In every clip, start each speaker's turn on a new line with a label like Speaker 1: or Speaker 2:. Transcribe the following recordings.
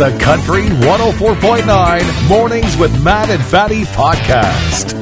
Speaker 1: the Country 104.9 Mornings with Matt and Fatty podcast.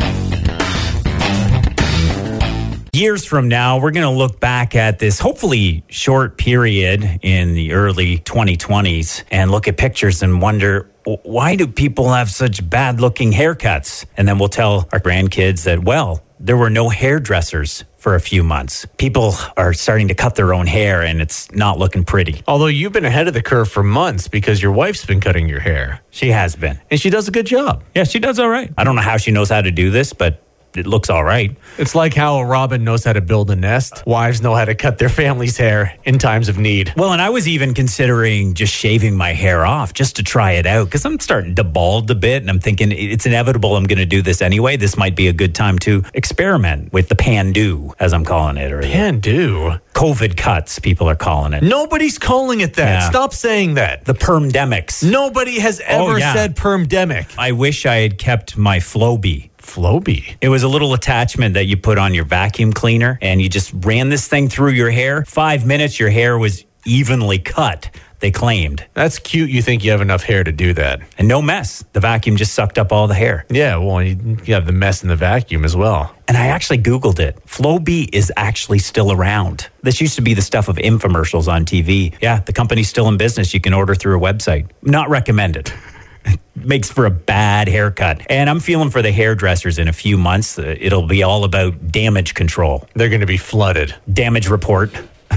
Speaker 2: years from now, we're going to look back at this hopefully short period in the early 2020s and look at pictures and wonder "W- why do people have such bad looking haircuts? And then we'll tell our grandkids that, well, there were no hairdressers for a few months. People are starting to cut their own hair and it's not looking pretty.
Speaker 3: Although you've been ahead of the curve for months because your wife's been cutting your hair
Speaker 2: She has been.
Speaker 3: and she does a good job.
Speaker 2: Yeah, she does all right. I don't know how she knows how to do this, but it looks all right.
Speaker 3: It's like how a robin knows how to build a nest. Wives know how to cut their family's hair in times of need.
Speaker 2: Well, and I was even considering just shaving my hair off just to try it out because I'm starting to bald a bit and I'm thinking it's inevitable I'm going to do this anyway. This might be a good time to experiment with the pandu, as I'm calling it, or the
Speaker 3: Can do.
Speaker 2: COVID cuts, people are calling it.
Speaker 3: Nobody's calling it that.
Speaker 2: Yeah.
Speaker 3: Stop saying that.
Speaker 2: The permdemics.
Speaker 3: Nobody has
Speaker 2: Oh,
Speaker 3: ever
Speaker 2: yeah.
Speaker 3: said permdemic.
Speaker 2: I wish I had kept my Flowbee.
Speaker 3: Floby.
Speaker 2: It was a little attachment that you put on your vacuum cleaner and you just ran this thing through your hair. Five minutes, your hair was evenly cut, they claimed.
Speaker 3: That's cute. You think you have enough hair to do that.
Speaker 2: And no mess. The vacuum just sucked up all the hair.
Speaker 3: Yeah, well, you you have the mess in the vacuum as well.
Speaker 2: And I actually Googled it. Flowbee is actually still around. This used to be the stuff of infomercials on TV. Yeah, the company's still in business. You can order through a website. Not recommended. Makes for a bad haircut. And I'm feeling for the hairdressers in a few months. Uh, It'll be all about damage control,
Speaker 3: They're going to be flooded.
Speaker 2: damage report.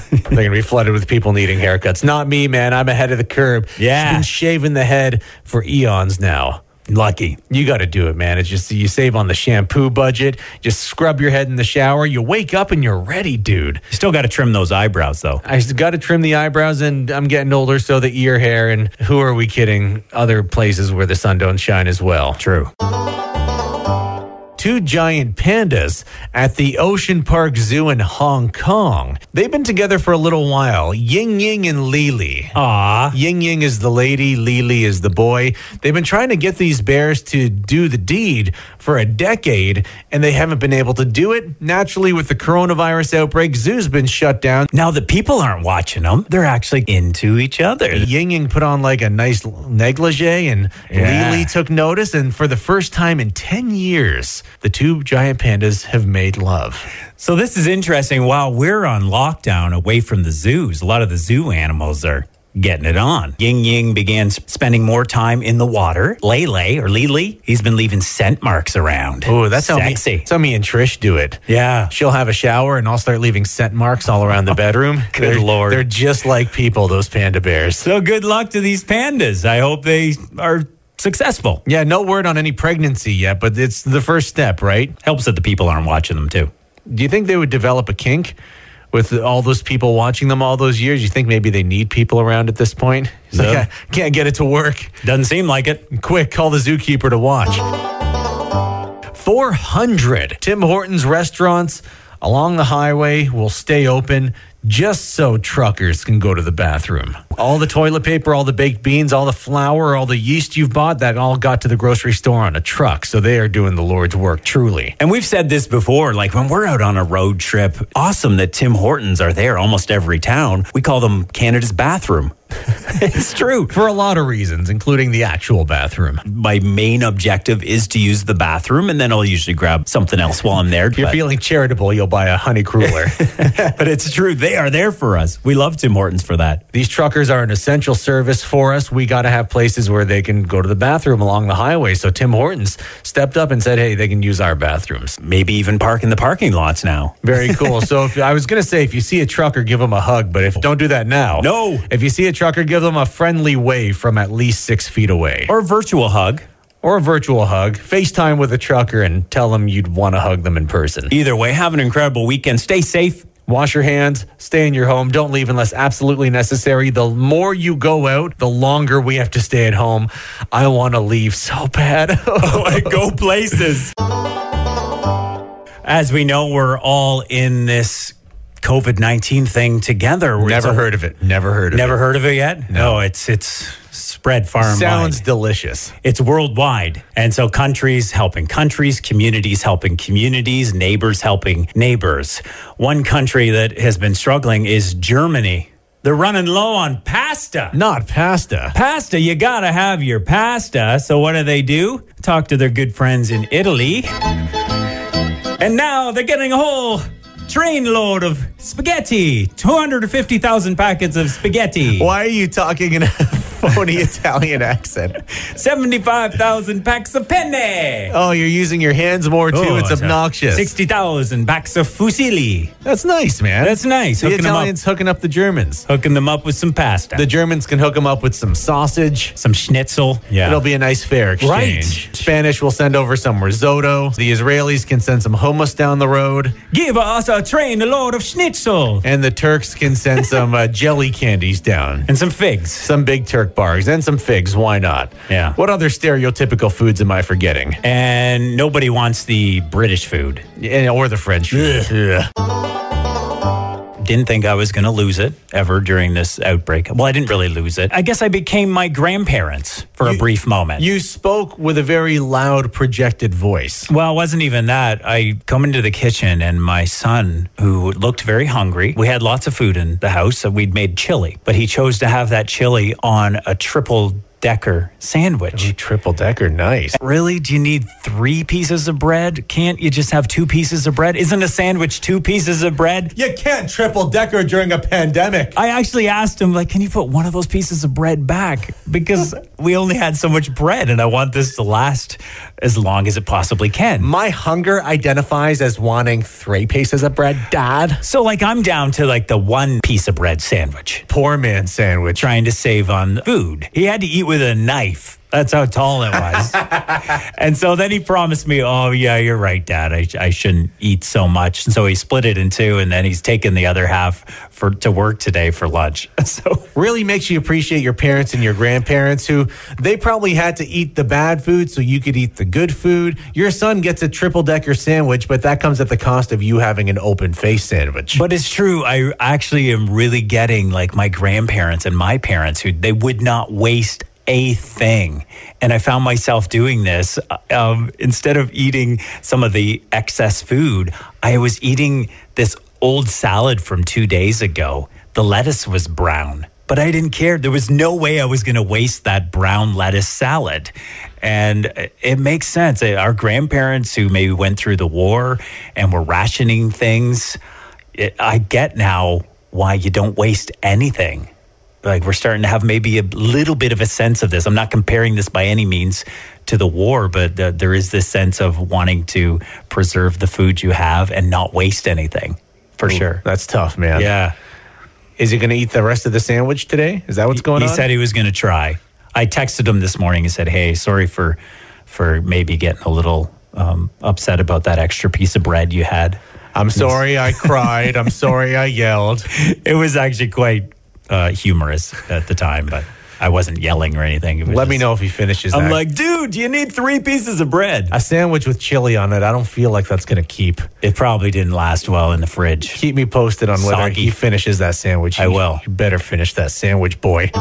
Speaker 3: They're going to be flooded with people needing haircuts. Not me, man. I'm ahead of the curb.
Speaker 2: Yeah.
Speaker 3: She's been shaving the head for eons now.
Speaker 2: Lucky.
Speaker 3: You got to do it, man. It's just you save on the shampoo budget. Just scrub your head in the shower. You wake up and you're ready, dude.
Speaker 2: Still got to trim those eyebrows though.
Speaker 3: I got to trim the eyebrows, and I'm getting older, so the ear hair. And who are we kidding? Other places where the sun don't shine as well.
Speaker 2: True.
Speaker 3: two giant pandas at the Ocean Park Zoo in Hong Kong. They've been together for a little while. Ying Ying and Lili.
Speaker 2: Aw.
Speaker 3: Ying Ying is the lady, Lili is the boy. They've been trying to get these bears to do the deed for a decade, and they haven't been able to do it. Naturally, with the coronavirus outbreak, zoo's been shut down.
Speaker 2: Now the people aren't watching them. They're actually into each other.
Speaker 3: Ying Ying put on like a nice l- negligee, and
Speaker 2: Yeah.
Speaker 3: Lili took notice. And for the first time in 10 years, the two giant pandas have made love.
Speaker 2: So this is interesting. While we're on lockdown away from the zoos, a lot of the zoo animals are getting it on. Ying Ying began sp- spending more time in the water. Lele or Lili, he's been leaving scent marks around.
Speaker 3: Oh, that's how Me,
Speaker 2: sexy.
Speaker 3: that's how me and Trish do it.
Speaker 2: Yeah.
Speaker 3: She'll have a shower and I'll start leaving scent marks all around the bedroom.
Speaker 2: Good
Speaker 3: they're,
Speaker 2: Lord.
Speaker 3: They're just like people, those panda bears.
Speaker 2: So good luck to these pandas. I hope they are successful.
Speaker 3: Yeah, no word on any pregnancy yet, but it's the first step, right?
Speaker 2: Helps that the people aren't watching them too.
Speaker 3: Do you think they would develop a kink with all those people watching them all those years? You think maybe they need people around at this point? It's like,
Speaker 2: No.
Speaker 3: "I can't get it to work.
Speaker 2: Doesn't seem like it.
Speaker 3: Quick, call the zookeeper to watch. 400 Tim Hortons restaurants along the highway will stay open just so truckers can go to the bathroom. All the toilet paper, all the baked beans, all the flour, all the yeast you've bought, that all got to the grocery store on a truck. So they are doing the Lord's work, truly.
Speaker 2: And we've said this before, like when we're out on a road trip, awesome that Tim Hortons are there almost every town. We call them Canada's bathroom. it's true.
Speaker 3: For a lot of reasons, including the actual bathroom.
Speaker 2: My main objective is to use the bathroom, and then I'll usually grab something else while I'm there.
Speaker 3: If you're
Speaker 2: but,
Speaker 3: feeling charitable, you'll buy a honey cruller.
Speaker 2: but it's true. They are there for us. We love Tim Hortons for that.
Speaker 3: These truckers are an essential service for us. We got to have places where they can go to the bathroom along the highway. So Tim Hortons stepped up and said, hey, they can use our bathrooms.
Speaker 2: Maybe even park in the parking lots now.
Speaker 3: Very cool. so if, I was going to say, if you see a trucker, give them a hug, but if don't do that now.
Speaker 2: No.
Speaker 3: If you see a trucker, give them a friendly wave from at least six feet away
Speaker 2: Or a virtual hug.
Speaker 3: or a virtual hug. FaceTime with a trucker and tell them you'd want to hug them in person.
Speaker 2: Either way, have an incredible weekend. Stay safe.
Speaker 3: Wash your hands, stay in your home, don't leave unless absolutely necessary. The more you go out, the longer we have to stay at home. I want to leave so bad.
Speaker 2: Go places. As we know, we're all in this COVID 19 thing together. It's
Speaker 3: Never
Speaker 2: a-
Speaker 3: heard of it. Never heard of
Speaker 2: Never
Speaker 3: it.
Speaker 2: heard of it yet? No, it's it's spread far and wide.
Speaker 3: Sounds delicious.
Speaker 2: It's worldwide. And so countries helping countries, communities helping communities, neighbors helping neighbors. One country that has been struggling is Germany. They're running low on pasta.
Speaker 4: Not pasta.
Speaker 2: Pasta, you gotta have your pasta. So what do they do? Talk to their good friends in Italy. And now they're getting a whole trainload of spaghetti 250,000 packets of spaghetti.
Speaker 3: Why are you talking in a phony Italian accent?
Speaker 2: 75,000 packs of penne.
Speaker 3: Oh, you're using your hands more too.
Speaker 2: Oh,
Speaker 3: it's
Speaker 2: it's a-
Speaker 3: obnoxious.
Speaker 2: 60,000 packs of fusilli.
Speaker 3: That's nice, man.
Speaker 2: That's nice.
Speaker 3: the
Speaker 2: Hooking them, up,
Speaker 3: Italians hooking up the Germans.
Speaker 2: hooking them up with some pasta.
Speaker 3: The Germans can hook them up with some sausage.
Speaker 2: some schnitzel. Yeah.
Speaker 3: It'll be a nice fair exchange.
Speaker 2: Right.
Speaker 3: Spanish will send over some risotto. The Israelis can send some hummus down the road,
Speaker 2: Give us a trainload of schnitzel.
Speaker 3: and the Turks can send some uh, jelly candies down.
Speaker 2: And some figs.
Speaker 3: Some big Turk bars and some figs. Why not?
Speaker 2: Yeah.
Speaker 3: What other stereotypical foods am I forgetting?
Speaker 2: And nobody wants the British food.
Speaker 3: And, or the French. food. Ugh.
Speaker 2: Didn't think I was going to lose it ever during this outbreak. Well, I didn't really lose it. I guess I became my grandparents for a brief moment.
Speaker 3: You spoke with a very loud projected voice.
Speaker 2: Well, it wasn't even that. I come into the kitchen and my son, who looked very hungry, we had lots of food in the house, so we'd made chili, but he chose to have that chili on a triple decker sandwich.
Speaker 3: Triple decker, nice.
Speaker 2: Really? Do you need three pieces of bread? Can't you just have two pieces of bread? Isn't a sandwich two pieces of bread?
Speaker 3: You can't triple decker during a pandemic.
Speaker 2: I actually asked him, like, can you put one of those pieces of bread back? Because we only had so much bread, and I want this to last as long as it possibly can.
Speaker 3: My hunger identifies as wanting three pieces of bread, Dad.
Speaker 2: So like I'm down to like the one piece of bread sandwich,
Speaker 3: Poor man sandwich.
Speaker 2: trying to save on food. He had to eat with a knife. That's how tall it was. and so then he promised me, "Oh yeah, you're right, Dad. I, I shouldn't eat so much." And so he split it in two, and then he's taken the other half for to work today for lunch. So
Speaker 3: Really makes you appreciate your parents and your grandparents who they probably had to eat the bad food so you could eat the good food. Your son gets a triple decker sandwich, but that comes at the cost of you having an open face sandwich.
Speaker 2: But it's true. I actually am really getting like my grandparents and my parents who they would not waste a thing. And I found myself doing this. Um, instead of eating some of the excess food, I was eating this old salad from two days ago. The lettuce was brown, but I didn't care. There was no way I was going to waste that brown lettuce salad. And uh, it makes sense. Uh, Our grandparents who maybe went through the war and were rationing things it, I get now why you don't waste anything. Like we're starting to have maybe a little bit of a sense of this. I'm not comparing this by any means to the war, but uh, there is this sense of wanting to preserve the food you have and not waste anything, for sure.
Speaker 3: That's tough, man.
Speaker 2: Yeah,
Speaker 3: Is he going to eat the rest of the sandwich today? Is that what's going
Speaker 2: he
Speaker 3: on?
Speaker 2: said he was going to try. I texted him this morning and said, "Hey, sorry for for maybe getting a little um, upset about that extra piece of bread you had."
Speaker 3: I'm sorry I cried. I'm sorry I yelled.
Speaker 2: It was actually quite uh, humorous at the time, but I wasn't yelling or anything. It was
Speaker 3: Let me
Speaker 2: just-
Speaker 3: know if he finishes
Speaker 2: I'm
Speaker 3: that.
Speaker 2: like, dude, you need three pieces of bread.
Speaker 3: a sandwich with chili on it. I don't feel like that's going to keep.
Speaker 2: It probably didn't last well in the fridge.
Speaker 3: Keep me posted on whether
Speaker 2: Soggy.
Speaker 3: he finishes that sandwich.
Speaker 2: I
Speaker 3: You-
Speaker 2: will.
Speaker 3: You better finish that sandwich, boy.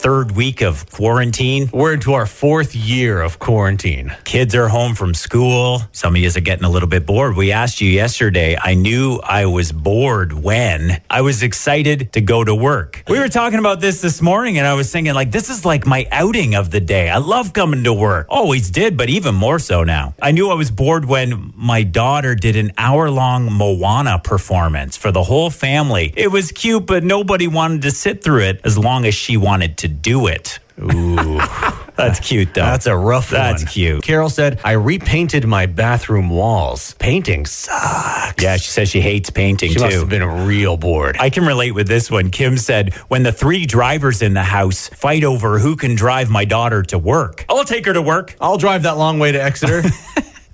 Speaker 2: Third week of quarantine.
Speaker 3: We're into our fourth year of quarantine.
Speaker 2: Kids are home from school. Some of you are getting a little bit bored. We asked you yesterday. I knew I was bored when I was excited to go to work. We were talking about this this morning, and I was thinking, like, this is like my outing of the day. I love coming to work. Always did, but even more so now. I knew I was bored when my daughter did an hour long Moana performance for the whole family. It was cute, but nobody wanted to sit through it as long as she wanted to do it. Ooh. That's cute, though.
Speaker 3: That's a rough
Speaker 2: That's
Speaker 3: one.
Speaker 2: cute.
Speaker 3: Carol said, I repainted my bathroom walls. Painting sucks.
Speaker 2: Yeah, she says she hates painting
Speaker 3: She must
Speaker 2: too.
Speaker 3: have been real bored.
Speaker 2: I can relate with this one. Kim said, When the three drivers in the house fight over who can drive my daughter to work, I'll take her to work.
Speaker 3: I'll drive that long way to Exeter.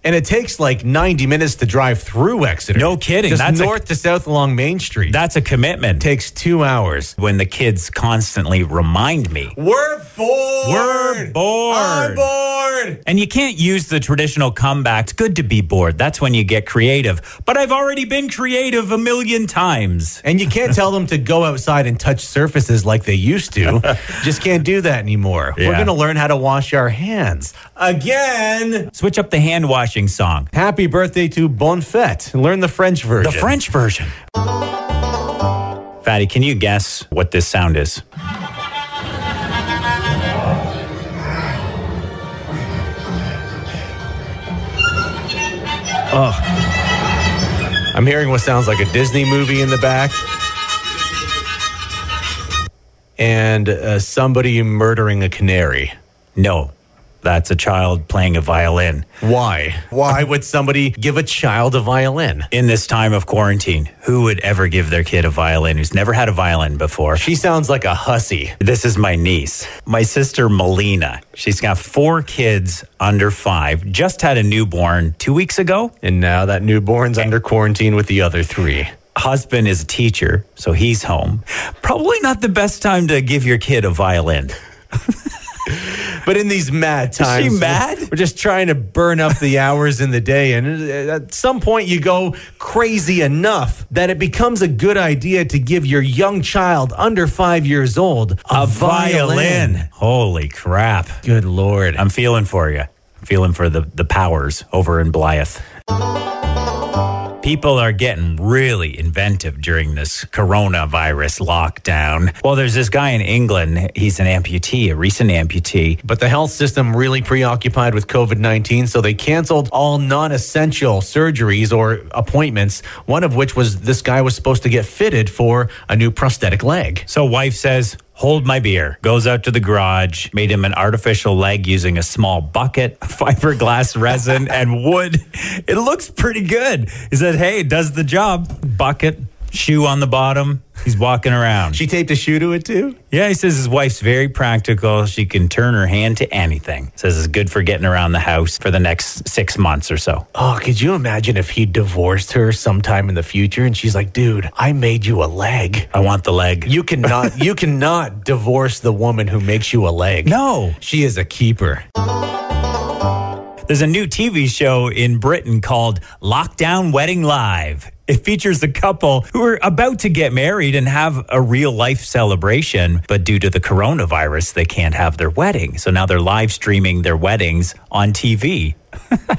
Speaker 3: and it takes like 90 minutes to drive through Exeter.
Speaker 2: No kidding.
Speaker 3: Just
Speaker 2: That's a-
Speaker 3: north to south along Main Street. That
Speaker 2: That's a commitment.
Speaker 3: takes two hours.
Speaker 2: When the kids constantly remind me,
Speaker 3: We're bored.
Speaker 2: We're bored.
Speaker 3: I'm bored.
Speaker 2: and you can't use the traditional comeback, it's good to be bored. That's when you get creative. But I've already been creative a million times.
Speaker 3: And you can't tell them to go outside and touch surfaces like they used to. Just can't do that anymore. We're
Speaker 2: Yeah.
Speaker 3: going to learn how to wash our hands again.
Speaker 2: Switch up the hand washing song.
Speaker 3: Happy birthday to Bonfet. Learn the French version.
Speaker 2: The French version. Fatty, can you guess what this sound is?
Speaker 3: I'm hearing what sounds like a Disney movie in the back. And uh, somebody murdering a canary.
Speaker 2: No, that's a child playing a violin
Speaker 3: Why? Why would somebody give a child a violin?
Speaker 2: in this time of quarantine. Who would ever give their kid a violin who's never had a violin before?
Speaker 3: She sounds like a hussy.
Speaker 2: This is my niece, my sister Melina. She's got four kids under five, just had a newborn two weeks ago.
Speaker 3: And now that newborn's under quarantine with the other three.
Speaker 2: Husband is a teacher, so he's home. Probably not the best time to give your kid a violin.
Speaker 3: But in these mad times, we're-
Speaker 2: mad?
Speaker 3: We're just trying to burn up the hours in the day, and uh, at some point you go crazy enough that it becomes a good idea to give your young child under five years old a,
Speaker 2: Holy crap.
Speaker 3: Good lord!
Speaker 2: I'm feeling for you. I'm feeling for the, the powers over in Blythe. People are getting really inventive during this coronavirus lockdown. Well, there's this guy in England. He's an amputee, a recent amputee.
Speaker 3: But the health system really preoccupied with COVID 19, so they canceled all non essential surgeries or appointments, one of which was this guy was supposed to get fitted for a new prosthetic leg.
Speaker 2: So, wife says, Hold my beer. Goes out to the garage, made him an artificial leg using a small bucket, fiberglass resin, and wood. It looks pretty good. He said, Hey, it does the job. Bucket, shoe on the bottom. He's walking around.
Speaker 3: She taped a shoe to it too?
Speaker 2: Yeah, he says his wife's very practical. She can turn her hand to anything. Says it's good for getting around the house for the next six months or so.
Speaker 3: Oh, could you imagine if he divorced her sometime in the future and she's like, dude, I made you a leg?
Speaker 2: I want the leg.
Speaker 3: You cannot you cannot divorce the woman who makes you a leg.
Speaker 2: no.
Speaker 3: She is a keeper.
Speaker 2: There's a new TV show in Britain called Lockdown Wedding Live. It features a couple who are about to get married and have a real life celebration, but due to the coronavirus, they can't have their wedding. So now they're live streaming their weddings on TV.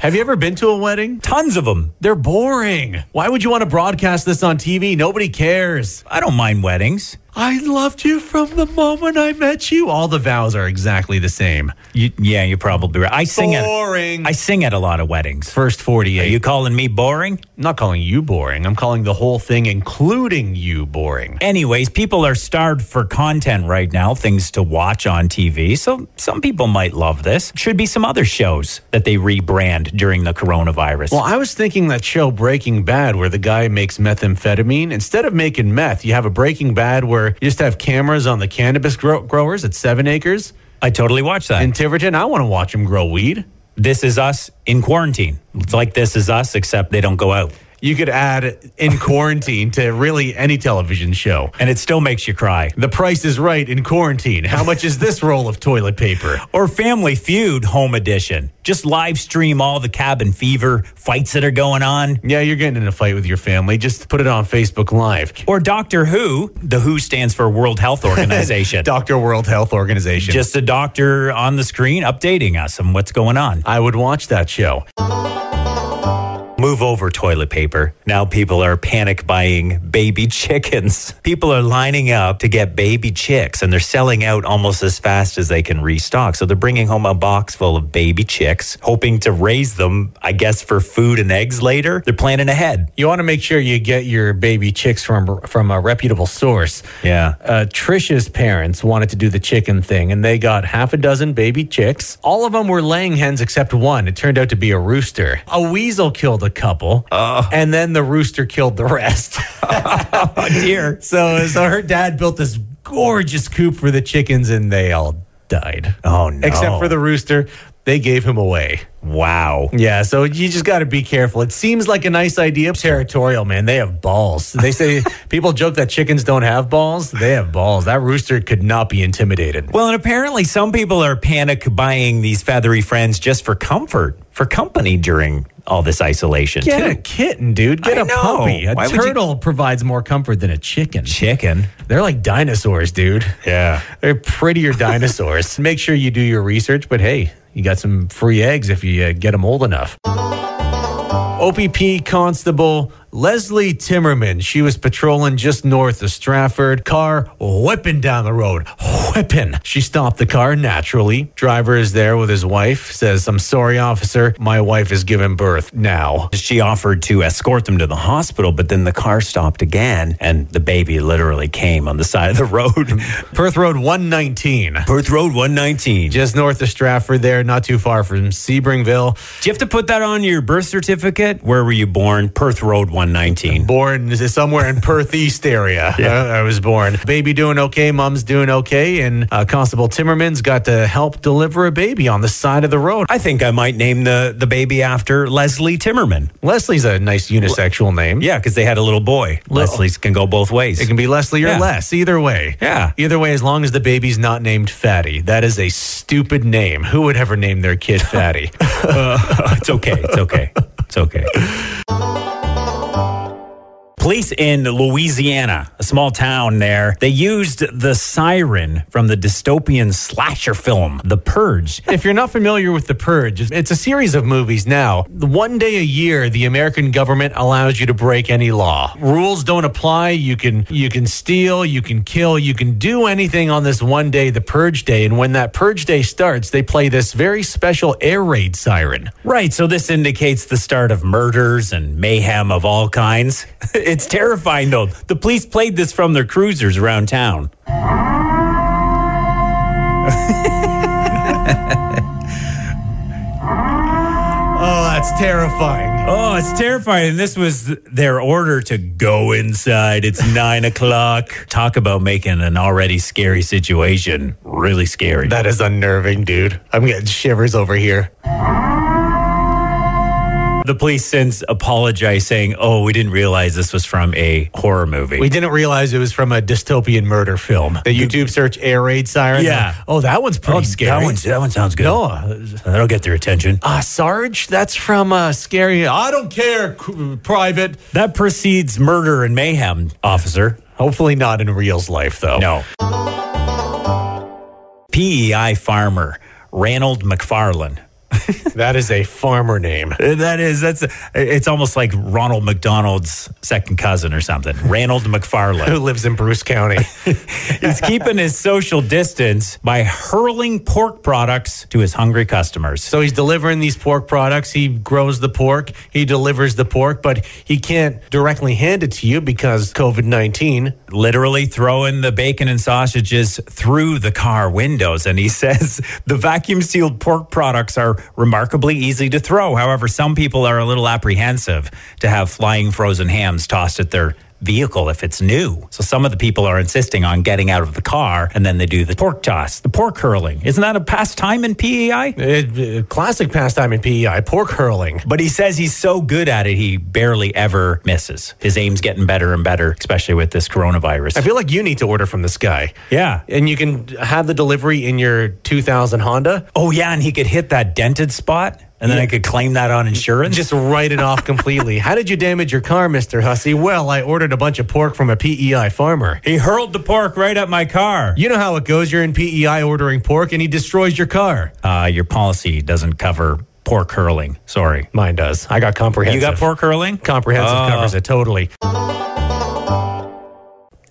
Speaker 3: Have you ever been to a wedding?
Speaker 2: Tons of them.
Speaker 3: They're boring. Why would you want to broadcast this on TV? Nobody cares.
Speaker 2: I don't mind weddings.
Speaker 3: I loved you from the moment I met you. All the vows are exactly the same.
Speaker 2: You, yeah, you're probably right. I sing
Speaker 3: Boring.
Speaker 2: At, I sing at a lot of weddings.
Speaker 3: First
Speaker 2: Are
Speaker 3: 48.
Speaker 2: you calling me boring?
Speaker 3: I'm not calling you boring. I'm calling the whole thing, including you, boring.
Speaker 2: Anyways, people are starved for content right now, things to watch on TV. So some people might love this. Should be some other shows that they rebrand during the coronavirus.
Speaker 3: Well, I was thinking that show Breaking Bad, where the guy makes methamphetamine. Instead of making meth, you have a Breaking Bad where you just have cameras on the cannabis grow- growers at seven acres
Speaker 2: I totally watch that.
Speaker 3: in Tiverton. I want to watch them grow weed.
Speaker 2: this is us in quarantine. It's like this is us, except they don't go out.
Speaker 3: You could add in quarantine to really any television show.
Speaker 2: And it still makes you cry.
Speaker 3: The price is right in quarantine. How much is this roll of toilet paper?
Speaker 2: Or Family Feud Home Edition. Just live stream all the cabin fever fights that are going on.
Speaker 3: Yeah, you're getting in a fight with your family. Just put it on Facebook Live.
Speaker 2: Or Doctor Who. The Who stands for World Health Organization.
Speaker 3: Doctor World Health Organization.
Speaker 2: Just a doctor on the screen updating us on what's going on.
Speaker 3: I would watch that show.
Speaker 2: Move over toilet paper. Now people are panic buying baby chickens. People are lining up to get baby chicks and they're selling out almost as fast as they can restock. So they're bringing home a box full of baby chicks, hoping to raise them, I guess, for food and eggs later. They're planning ahead.
Speaker 3: You want to make sure you get your baby chicks from from a reputable source.
Speaker 2: Yeah.
Speaker 3: Uh, Trisha's parents wanted to do the chicken thing, and they got half a dozen baby chicks. All of them were laying hens except one. It turned out to be a rooster. A weasel killed a couple, and then the rooster killed the rest.
Speaker 2: Oh, dear.
Speaker 3: so, so her dad built this gorgeous coop for the chickens, and they all died.
Speaker 2: Oh, no.
Speaker 3: Except for the rooster, they gave him away.
Speaker 2: Wow.
Speaker 3: Yeah, so you just got to be careful. It seems like a nice idea. Territorial, man. They have balls. They say people joke that chickens don't have balls. They have balls. That rooster could not be intimidated.
Speaker 2: Well, and apparently some people are panic buying these feathery friends just for comfort, for company during all this isolation.
Speaker 3: Get
Speaker 2: too.
Speaker 3: a kitten, dude. Get
Speaker 2: I
Speaker 3: a
Speaker 2: know.
Speaker 3: puppy. A
Speaker 2: Why would you-
Speaker 3: turtle provides more comfort than a chicken.
Speaker 2: chicken.
Speaker 3: They're like dinosaurs, dude.
Speaker 2: Yeah.
Speaker 3: They're prettier dinosaurs. Make sure you do your research, but hey, you got some free eggs if you uh, get them old enough.
Speaker 4: OPP Constable Leslie Timmerman. She was patrolling just north of Stratford. Car whipping down the road. Whipping. She stopped the car naturally. Driver is there with his wife. Says, I'm sorry, officer. My wife is giving birth now.
Speaker 2: She offered to escort them to the hospital, but then the car stopped again, and the baby literally came on the side of the road.
Speaker 4: Perth Road 119.
Speaker 2: Perth Road 119. Do
Speaker 4: Just north of Stratford, there, not too far from Sebringville.
Speaker 2: you have to put that on your birth certificate? Where were you born? Perth Road 119.
Speaker 4: born somewhere in Perth East area. I, I was born. Baby doing okay, mom's doing okay, and uh, Constable Timmerman's got to help deliver a baby on the side of the road.
Speaker 2: I think I might name the, the baby after Leslie Timmerman.
Speaker 4: Leslie's a nice unisexual name.
Speaker 2: Yeah, because they had a little boy. Leslie's can go both ways.
Speaker 4: It can be Leslie or
Speaker 2: Yeah.
Speaker 4: Les, either way.
Speaker 2: Yeah.
Speaker 4: Either way, as long as the baby's not named Fatty. That is a stupid name. Who would ever name their kid Fatty?
Speaker 2: It's okay. It's okay. It's okay. Police in Louisiana, a small town there, they used the siren from the dystopian slasher film, The Purge.
Speaker 4: If you're not familiar with The Purge, it's a series of movies now. One day a year, the American government allows you to break any law. Rules don't apply. You can you can steal, you can kill, you can do anything on this one day, the Purge Day. And when that Purge Day starts, they play this very special air raid siren.
Speaker 2: Right, so this indicates the start of murders and mayhem of all kinds. it's terrifying, though. The police played this from their cruisers around town.
Speaker 4: Oh, that's terrifying.
Speaker 2: Oh, it's terrifying. And this was their order to go inside. It's nine o'clock. Talk about making an already scary situation really scary.
Speaker 3: That is unnerving, dude. I'm getting shivers over here.
Speaker 2: the police since apologized, saying, Oh, we didn't realize this was from a horror movie.
Speaker 3: We didn't realize it was from a dystopian murder film. The YouTube search air raid siren.
Speaker 2: Yeah.
Speaker 3: Oh, that one's pretty
Speaker 2: Oh,
Speaker 3: scary.
Speaker 2: That, one's, that one sounds good.
Speaker 3: no, uh,
Speaker 4: Oh,
Speaker 2: That'll get their attention.
Speaker 3: ah, Sarge, that's from uh, Scary. I don't care, c- Private.
Speaker 2: That precedes murder and mayhem, officer.
Speaker 3: Hopefully not in real's life, though.
Speaker 2: No. PEI farmer, Ranald McFarlane.
Speaker 3: That is a farmer name.
Speaker 2: Uh, That is, that's, it's almost like Ronald McDonald's second cousin or something. Ranald McFarlane.
Speaker 3: Who lives in Bruce County?
Speaker 2: He's keeping his social distance by hurling pork products to his hungry customers.
Speaker 4: So he's delivering these pork products. He grows the pork. He delivers the pork, but he can't directly hand it to you because
Speaker 3: COVID 19.
Speaker 2: Literally throwing the bacon and sausages through the car windows. And he says the vacuum sealed pork products are remarkably easy to throw. However, some people are a little apprehensive to have flying frozen hams tossed at their vehicle if it's new. So some of the people are insisting on getting out of the car and then they do the pork toss, the pork hurling. Isn't that a pastime in E PEI?
Speaker 3: It, it- uh, classic pastime in PEI, pork hurling.
Speaker 2: But he says he's so good at it, he barely ever misses. His aim's getting better and better, especially with this
Speaker 3: I
Speaker 2: coronavirus.
Speaker 3: feel like you need to order from this guy.
Speaker 2: Yeah.
Speaker 3: And you can have the delivery in your 2000 Honda.
Speaker 2: Oh, yeah. And he could hit that dented spot, and then I could claim that on insurance.
Speaker 3: Just write it off completely. How did you damage your car, Mr. Hussey? Well, I ordered a bunch of pork from a PEI farmer.
Speaker 2: he hurled the pork right at my car.
Speaker 3: You know how it goes. You're in PEI ordering pork and he destroys your car.
Speaker 2: Uh, your policy doesn't cover pork hurling. Sorry.
Speaker 3: Mine does. I got Ah.
Speaker 2: You
Speaker 3: comprehensive.
Speaker 2: got pork hurling?
Speaker 3: Comprehensive
Speaker 2: Oh.
Speaker 3: covers it totally.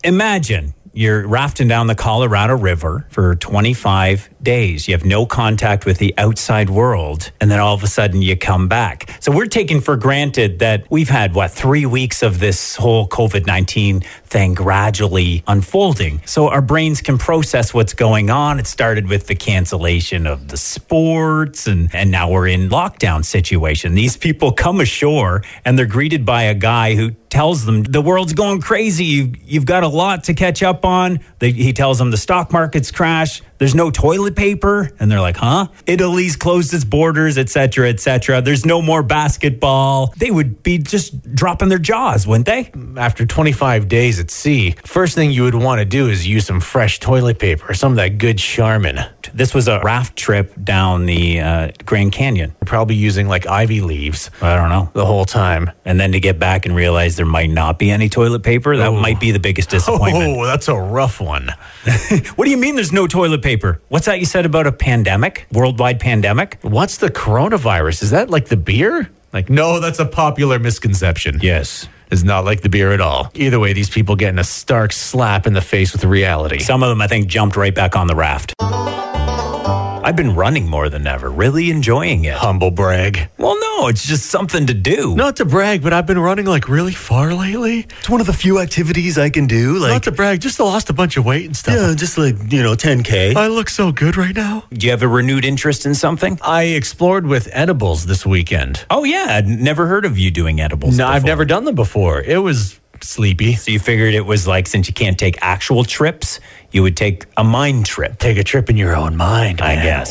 Speaker 2: Imagine you're rafting down the Colorado River for 25 days. You have no contact with the outside world. And then all of a sudden you come back. So we're taking for granted that we've had, what, three weeks of this whole COVID 19 thing gradually unfolding. So our brains can process what's going on. It started with the cancellation of the sports, and, and now we're in lockdown situation. These people come ashore and they're greeted by a guy who tells them the world's going crazy. You, you've got a lot to catch up on. They, he tells them the stock market's crashed. There's no toilet paper, and they're like, "Huh? Italy's closed its borders, etc., cetera, etc. Cetera. There's no more basketball." They would be just dropping their jaws, wouldn't they?
Speaker 3: After 25 days at sea, first thing you would want to do is use some fresh toilet paper, some of that good Charmin.
Speaker 2: This was a raft trip down the uh, Grand Canyon.
Speaker 3: Probably using like ivy leaves
Speaker 2: I don't know.
Speaker 3: the whole time.
Speaker 2: And then to get back and realize there might not be any toilet paper, that
Speaker 5: Oh.
Speaker 2: might be the biggest disappointment.
Speaker 3: Oh, that's a rough one.
Speaker 2: What do you mean there's no toilet paper? What's that you said about a pandemic? Worldwide pandemic?
Speaker 3: What's the coronavirus? Is that like the beer? Like, no, that's a popular misconception.
Speaker 2: Yes.
Speaker 3: It's not like the beer at all. Either way, these people getting a stark slap in the face with reality.
Speaker 2: Some of them, I think, jumped right back on the raft. I've been running more than ever, really enjoying it.
Speaker 3: Humble brag.
Speaker 2: Well, no, it's just something to do.
Speaker 3: Not to brag, but I've been running like really far lately.
Speaker 5: It's one of the few activities I can do.
Speaker 3: Not
Speaker 5: Like,
Speaker 3: to brag, just lost a bunch of weight and stuff.
Speaker 5: yeah, just like, you know, 10K.
Speaker 3: I look so good right now.
Speaker 2: Do you have a renewed interest in something?
Speaker 3: I explored with edibles this weekend.
Speaker 2: Oh, yeah. I'd never heard of you doing edibles.
Speaker 3: No, I've
Speaker 2: before.
Speaker 3: never done them before. It was sleepy.
Speaker 2: So you figured it was like, since you can't take actual trips, you would take a mind trip.
Speaker 3: Take a trip in your own mind,
Speaker 2: I guess.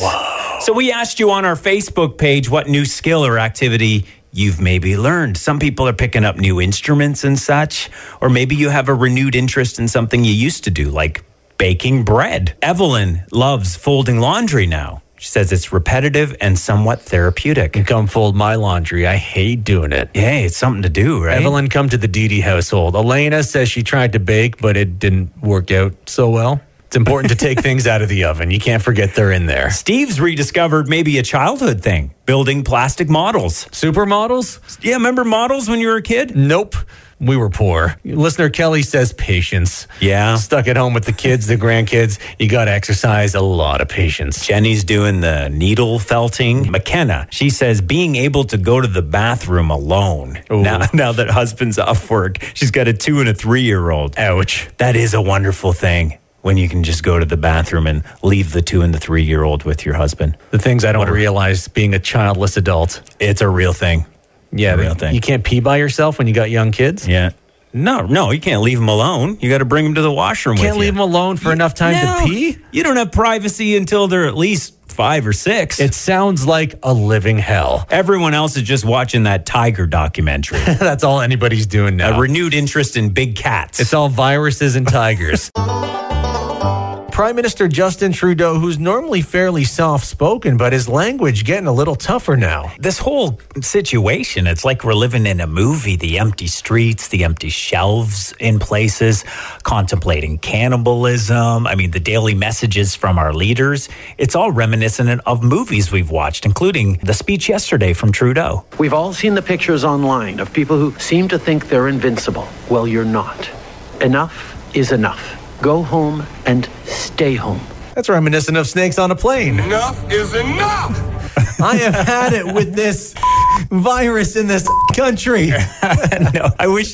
Speaker 2: So we asked you on our Facebook page what new skill or activity you've maybe learned. Some people are picking up new instruments and such, or maybe you have a renewed interest in something you used to do, like baking bread. Evelyn loves folding laundry now. She says it's repetitive and somewhat therapeutic.
Speaker 3: Come fold my laundry. I hate doing it.
Speaker 2: Hey, it's something to do, right?
Speaker 3: Evelyn, come to the Didi household. Elena says she tried to bake, but it didn't work out so well. It's important to take things out of the oven. You can't forget they're in there.
Speaker 2: Steve's rediscovered maybe a childhood thing, building plastic models.
Speaker 3: Supermodels?
Speaker 2: Yeah, remember models when you were a kid?
Speaker 3: Nope. We were poor. Listener Kelly says patience.
Speaker 2: Yeah.
Speaker 3: Stuck at home with the kids, the grandkids. You got to exercise a lot of patience.
Speaker 2: Jenny's doing the needle felting. McKenna, she says being able to go to the bathroom alone. Now, now that husband's off work, she's got a two and a three year old.
Speaker 3: Ouch.
Speaker 2: That is a wonderful thing when you can just go to the bathroom and leave the two and the three year old with your husband.
Speaker 3: The things I don't realize being a childless adult.
Speaker 2: It's a real thing.
Speaker 3: Yeah,
Speaker 2: real
Speaker 3: but
Speaker 2: thing.
Speaker 3: You can't pee by yourself when you got young kids.
Speaker 2: Yeah. No, no, you can't leave him alone. You got to bring him to the washroom with
Speaker 3: Can't
Speaker 2: you.
Speaker 3: leave them alone for enough time
Speaker 2: No,
Speaker 3: to pee.
Speaker 2: You don't have privacy until they're at least five or six.
Speaker 3: It sounds like a living hell.
Speaker 2: Everyone else is just watching that tiger documentary.
Speaker 3: That's all anybody's doing now.
Speaker 2: a renewed interest in big cats.
Speaker 3: it's all viruses and tigers.
Speaker 6: Prime Minister Justin Trudeau, who's normally fairly soft spoken, but his language getting a little tougher now.
Speaker 2: this whole situation, it's like we're living in a movie the empty streets, the empty shelves in places, contemplating cannibalism. I mean, the daily messages from our leaders. It's all reminiscent of movies we've watched, including the speech yesterday from Trudeau.
Speaker 7: We've all seen the pictures online of people who seem to think they're invincible. Well, you're not. Enough is enough. Go home and stay home.
Speaker 6: That's reminiscent of snakes on a plane.
Speaker 8: Enough is enough.
Speaker 6: I have had it with this virus in this country.
Speaker 2: no, I wish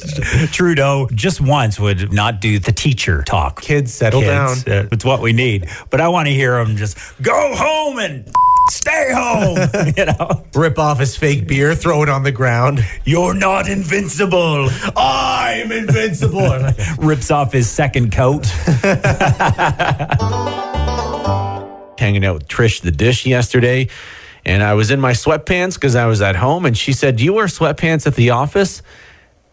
Speaker 2: Trudeau just once would not do the teacher talk.
Speaker 6: Kids, settle
Speaker 2: Kids,
Speaker 6: down.
Speaker 2: uh, it's what we need. But I want to hear him just go home and stay home. you know,
Speaker 6: Rip off his fake beer, throw it on the ground.
Speaker 2: you're not invincible. I'm invincible. Rips off his second coat.
Speaker 3: Hanging out with Trish the Dish yesterday, and I was in my sweatpants because I was at home, and she said, Do you wear sweatpants at the office?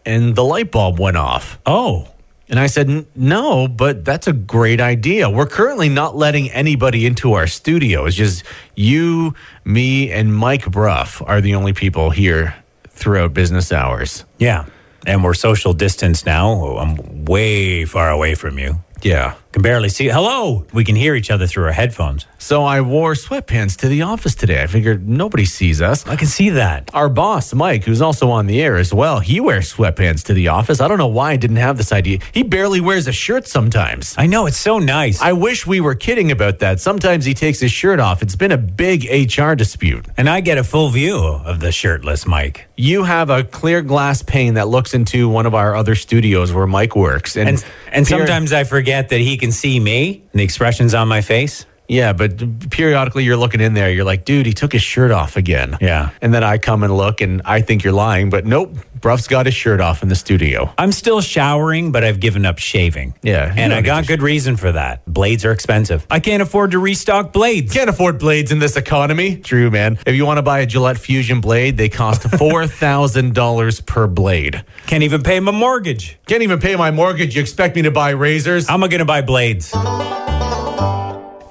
Speaker 3: And the light bulb went off.
Speaker 2: Oh,
Speaker 3: And I said, "N- No, but that's a great idea. We're currently not letting anybody into our studio. It's just you, me, and Mike Bruff are the only people here throughout business hours.
Speaker 2: yeah. And we're social distance now. Oh, I'm way far away from you.
Speaker 3: Yeah.
Speaker 2: Can barely see. Hello. We can hear each other through our headphones.
Speaker 3: So I wore sweatpants to the office today. I figured nobody sees us.
Speaker 2: I can see that.
Speaker 3: Our boss, Mike, who's also on the air as well, he wears sweatpants to the office. I don't know why I didn't have this idea. He barely wears a shirt sometimes.
Speaker 2: I know. It's so nice.
Speaker 3: I wish we were kidding about that. Sometimes he takes his shirt off. It's been a big HR dispute.
Speaker 2: And I get a full view of the shirtless Mike.
Speaker 3: you have a clear glass pane that looks into one of our other studios where Mike works, and
Speaker 2: And and
Speaker 3: peri-
Speaker 2: sometimes I forget that he can see me and the expressions on my face.
Speaker 3: yeah, but periodically you're looking in there, you're like, dude, he took his shirt off again,
Speaker 2: Yeah.
Speaker 3: and then I come and look, and I think you're lying, but nope, Bruff's got his shirt off in the studio.
Speaker 2: I'm still showering, but I've given up shaving.
Speaker 3: Yeah, you
Speaker 2: And I
Speaker 3: don't
Speaker 2: got good reason for that. Blades are expensive. I can't afford to restock blades.
Speaker 3: Can't afford blades in this economy. True, man. If you want to buy a Gillette Fusion blade, they cost four thousand dollars per blade.
Speaker 2: Can't even pay my mortgage.
Speaker 3: Can't even pay my mortgage. You expect me to buy razors?
Speaker 2: How am I going to buy blades?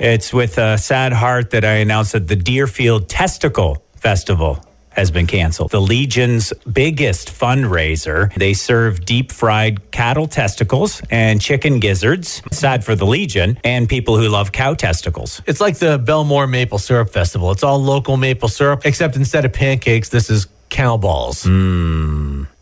Speaker 2: It's with a sad heart that I announce that the Deerfield Testicle Festival has been canceled. The Legion's biggest fundraiser. They serve deep fried cattle testicles and chicken gizzards. Sad for the Legion and people who love cow testicles.
Speaker 3: It's like the Belmore Maple Syrup Festival. It's all local maple syrup, except instead of pancakes, this is cowballs.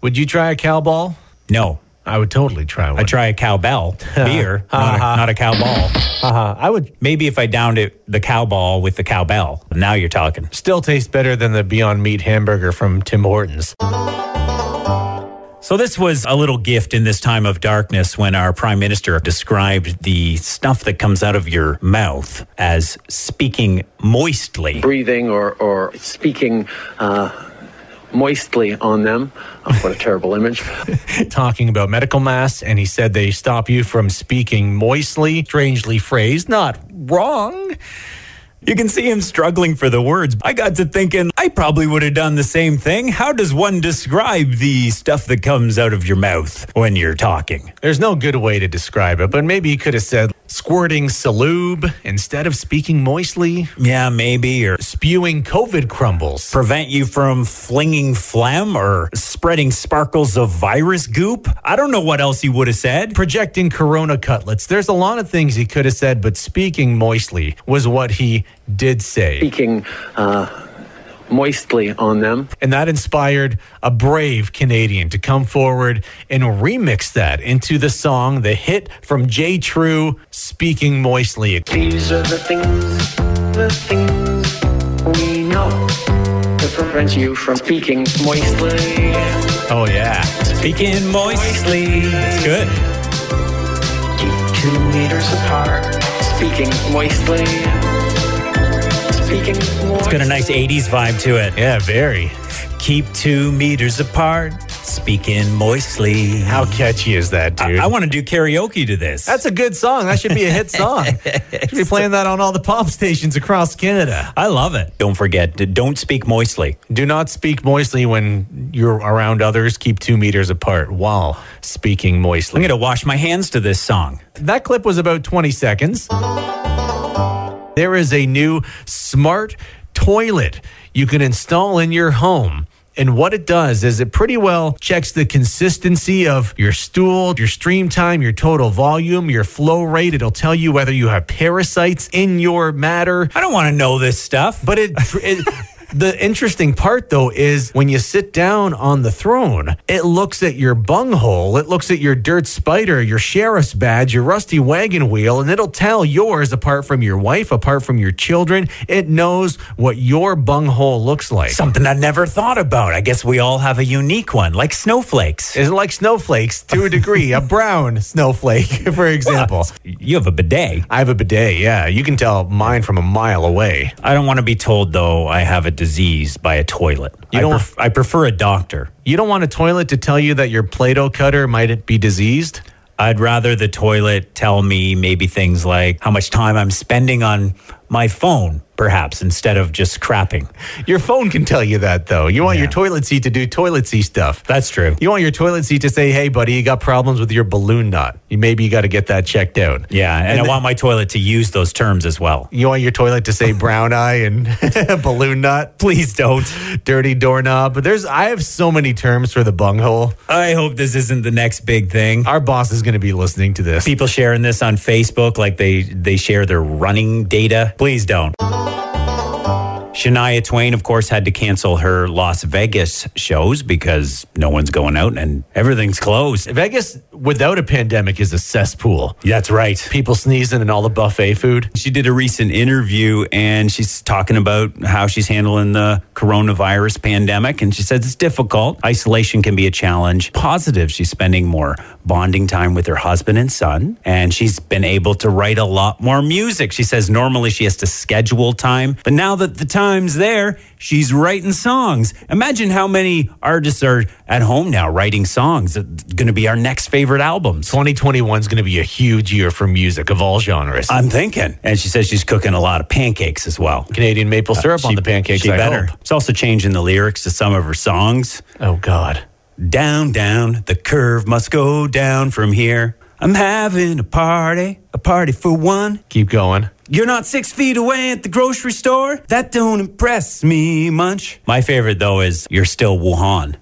Speaker 3: Would you try a cowball?
Speaker 2: No,
Speaker 3: Hmm. I would totally try one.
Speaker 2: I try a cowbell beer, not a, not a cowball.
Speaker 3: Uh, I would
Speaker 2: Maybe if I downed it, the cowball with the cowbell. Now you're talking.
Speaker 3: still taste better than the Beyond Meat hamburger from Tim Hortons.
Speaker 2: So, this was a little gift in this time of darkness when our prime minister described the stuff that comes out of your mouth as speaking moistly.
Speaker 7: breathing or, or speaking uh, moistly on them. Oh, what a terrible image.
Speaker 3: Talking about medical masks, and he said they stop you from speaking moistly, strangely phrased, not wrong.
Speaker 2: You can see him struggling for the words. I got to thinking, I probably would have done the same thing. How does one describe the stuff that comes out of your mouth when you're talking?
Speaker 3: There's no good way to describe it, but maybe he could have said squirting salube instead of speaking moistly,
Speaker 2: Yeah, maybe, or
Speaker 3: spewing COVID crumbles.
Speaker 2: prevent you from flinging phlegm or spreading sparkles of virus goop. I don't know what else he would have said.
Speaker 3: projecting Corona cutlets. There's a lot of things he could have said, but speaking moistly was what he did say.
Speaker 7: speaking uh, moistly on them.
Speaker 3: And that inspired a brave Canadian to come forward and remix that into the song, the hit from J. True, Speaking Moistly.
Speaker 9: These are the things, the things we know to prevent you from speaking moistly.
Speaker 3: Oh, yeah.
Speaker 2: Speaking moistly. It's good.
Speaker 9: Keep two meters apart. Speaking moistly. Speaking moistly.
Speaker 2: It's got a nice 80s vibe to it.
Speaker 3: Yeah, very.
Speaker 2: Keep two meters apart, speaking moistly.
Speaker 3: How catchy is that, dude?
Speaker 2: I, I want to do karaoke to this.
Speaker 3: That's a good song. That should be a hit song. should be playing that on all the pop stations across Canada.
Speaker 2: I love it. Don't forget, d- don't speak moistly.
Speaker 3: Do not speak moistly when you're around others. Keep two meters apart while speaking moistly.
Speaker 2: I'm going to wash my hands to this song.
Speaker 3: That clip was about 20 seconds. There is a new smart toilet you can install in your home. And what it does is it pretty well checks the consistency of your stool, your stream time, your total volume, your flow rate. It'll tell you whether you have parasites in your matter.
Speaker 2: I don't want to know this stuff.
Speaker 3: But it, it the interesting part though is when you sit down on the throne, it looks at your bunghole, it looks at your dirt spider, your sheriff's badge, your rusty wagon wheel, and it'll tell yours apart from your wife, apart from your children. It knows what your bunghole looks like.
Speaker 2: Something I never thought about. I guess we all have a unique one, like snowflakes.
Speaker 3: It's like snowflakes to a degree, a brown snowflake, for example.
Speaker 2: You have a bidet.
Speaker 3: I have a bidet, yeah. You can tell mine from a mile away.
Speaker 2: I don't want to be told though I have a disease by a toilet.
Speaker 3: You
Speaker 2: I,
Speaker 3: don't-
Speaker 2: pref- I prefer a doctor.
Speaker 3: You don't want a toilet to tell you that your Play Doh cutter might be diseased?
Speaker 2: I'd rather the toilet tell me maybe things like how much time I'm spending on my phone, perhaps, instead of just crapping.
Speaker 3: Your phone can tell you that, though. You want your
Speaker 2: Yeah.
Speaker 3: toilet seat to do toilet seat stuff.
Speaker 2: That's true.
Speaker 3: You want your toilet seat to say, "Hey, buddy, you got problems with your balloon knot. You maybe you got to get that checked out."
Speaker 2: Yeah, and, I
Speaker 3: the-
Speaker 2: want my toilet to use those terms as well.
Speaker 3: You want your toilet to say brown eye and balloon knot. Please don't. Dirty doorknob. But there's, I have so many terms for the bunghole.
Speaker 2: I hope this isn't the next big thing.
Speaker 3: Our boss is going to be listening to this.
Speaker 2: People sharing this on Facebook like they they share their running data. Please don't. Shania Twain, of course, had to cancel her Las Vegas shows because no one's going out and everything's closed.
Speaker 3: Vegas without a pandemic is a cesspool.
Speaker 2: That's right.
Speaker 3: People sneezing and all the buffet food.
Speaker 2: She did a recent interview and she's talking about how she's handling the coronavirus pandemic. And she says it's difficult. Isolation can be a challenge. Positive, she's spending more bonding time with her husband and son. And she's been able to write a lot more music. She says normally she has to schedule time, but now that the time's there, she's writing songs. Imagine how many artists are at home now writing songs. It's going to be our next favorite albums.
Speaker 3: 2021 is going to be a huge year for music of all genres.
Speaker 2: I'm thinking. And she says she's cooking a lot of pancakes as well.
Speaker 3: Canadian maple syrup on
Speaker 2: She-
Speaker 3: the pancakes.
Speaker 2: She
Speaker 3: I
Speaker 2: better.
Speaker 3: hope.
Speaker 2: It's also changing the lyrics to some of her songs.
Speaker 3: Oh God.
Speaker 2: Down, down, the curve must go down from here. I'm having a party, a party for one.
Speaker 3: Keep going.
Speaker 2: You're not six feet away at the grocery store. That don't impress me much. My favorite though is you're still Wuhan.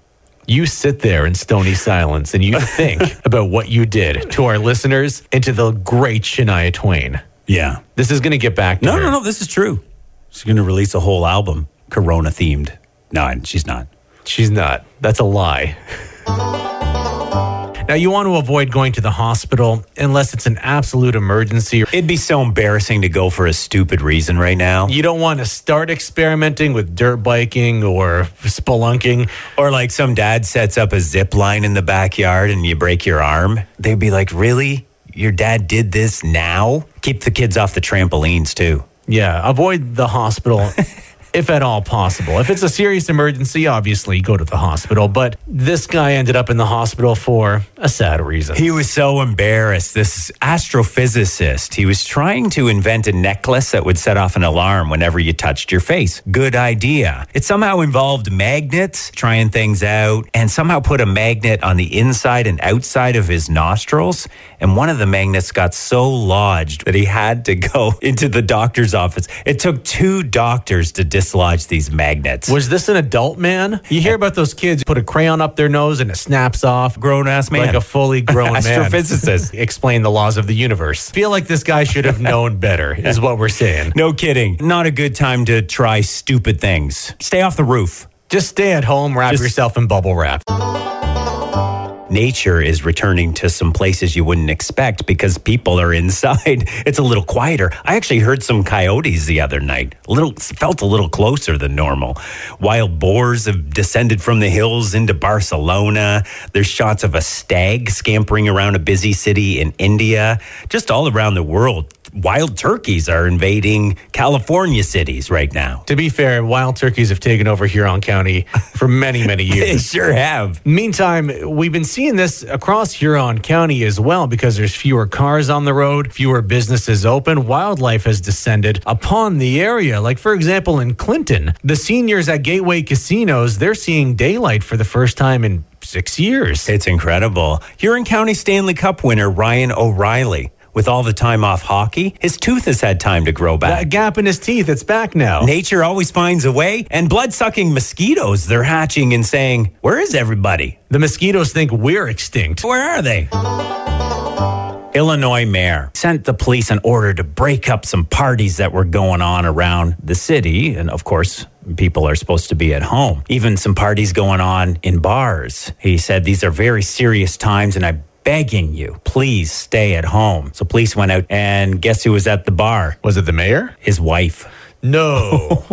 Speaker 3: You sit there in stony silence and you think about what you did to our listeners and to the great Shania Twain.
Speaker 2: Yeah.
Speaker 3: This is going to get back to
Speaker 2: No,
Speaker 3: her.
Speaker 2: no, no. This is true. She's going to release a whole album, Corona themed. No, she's not.
Speaker 3: She's not. That's a lie. Now, you want to avoid going to the hospital unless it's an absolute emergency.
Speaker 2: It'd be so embarrassing to go for a stupid reason right now.
Speaker 3: You don't want to start experimenting with dirt biking or spelunking.
Speaker 2: Or like some dad sets up a zip line in the backyard and you break your arm. They'd be like, really? Your dad did this now? Keep the kids off the trampolines too.
Speaker 3: Yeah, avoid the hospital if at all possible. If it's a serious emergency, obviously go to the hospital. But this guy ended up in the hospital for a sad reason.
Speaker 2: He was so embarrassed. This astrophysicist, he was trying to invent a necklace that would set off an alarm whenever you touched your face. Good idea. It somehow involved magnets, trying things out, and somehow put a magnet on the inside and outside of his nostrils. And one of the magnets got so lodged that he had to go into the doctor's office. It took two doctors to dislodge these magnets.
Speaker 3: Was this an adult man? You hear about those kids put a crayon up their nose and it snaps off.
Speaker 2: grown ass man.
Speaker 3: Like a fully grown man.
Speaker 2: Astrophysicist.
Speaker 3: Explain the laws of the universe. Feel like this guy should have known better, is what we're saying.
Speaker 2: No kidding. Not a good time to try stupid things. Stay off the roof.
Speaker 3: Just stay at home, wrap
Speaker 2: Just-
Speaker 3: yourself in bubble wrap.
Speaker 2: Nature is returning to some places you wouldn't expect because people are inside. It's a little quieter. I actually heard some coyotes the other night. A little felt a little closer than normal. Wild boars have descended from the hills into Barcelona. There's shots of a stag scampering around a busy city in India. Just all around the world, wild turkeys are invading California cities right now.
Speaker 3: To be fair, wild turkeys have taken over Huron County for many, many
Speaker 2: They
Speaker 3: years.
Speaker 2: sure have.
Speaker 3: Meantime, we've been seeing this across Huron County as well because there's fewer cars on the road, fewer businesses open. Wildlife has descended upon the area. Like, for example, in Clinton, the seniors at Gateway Casinos, they're seeing daylight for the first time in six years.
Speaker 2: It's incredible. Huron County Stanley Cup winner Ryan O'Reilly. With all the time off hockey, his tooth has had time to grow
Speaker 3: That
Speaker 2: back.
Speaker 3: gap in his teeth, it's back now.
Speaker 2: Nature always finds a way, and blood sucking mosquitoes, they're hatching and saying, Where is everybody?
Speaker 3: The mosquitoes think we're extinct.
Speaker 2: Where are they? Illinois mayor sent the police an order to break up some parties that were going on around the city. And of course, people are supposed to be at home. Even some parties going on in bars. He said, These are very serious times, and I'm begging you, please stay at home. So police went out, and guess who was at the bar?
Speaker 3: Was it the mayor?
Speaker 2: His wife.
Speaker 3: No.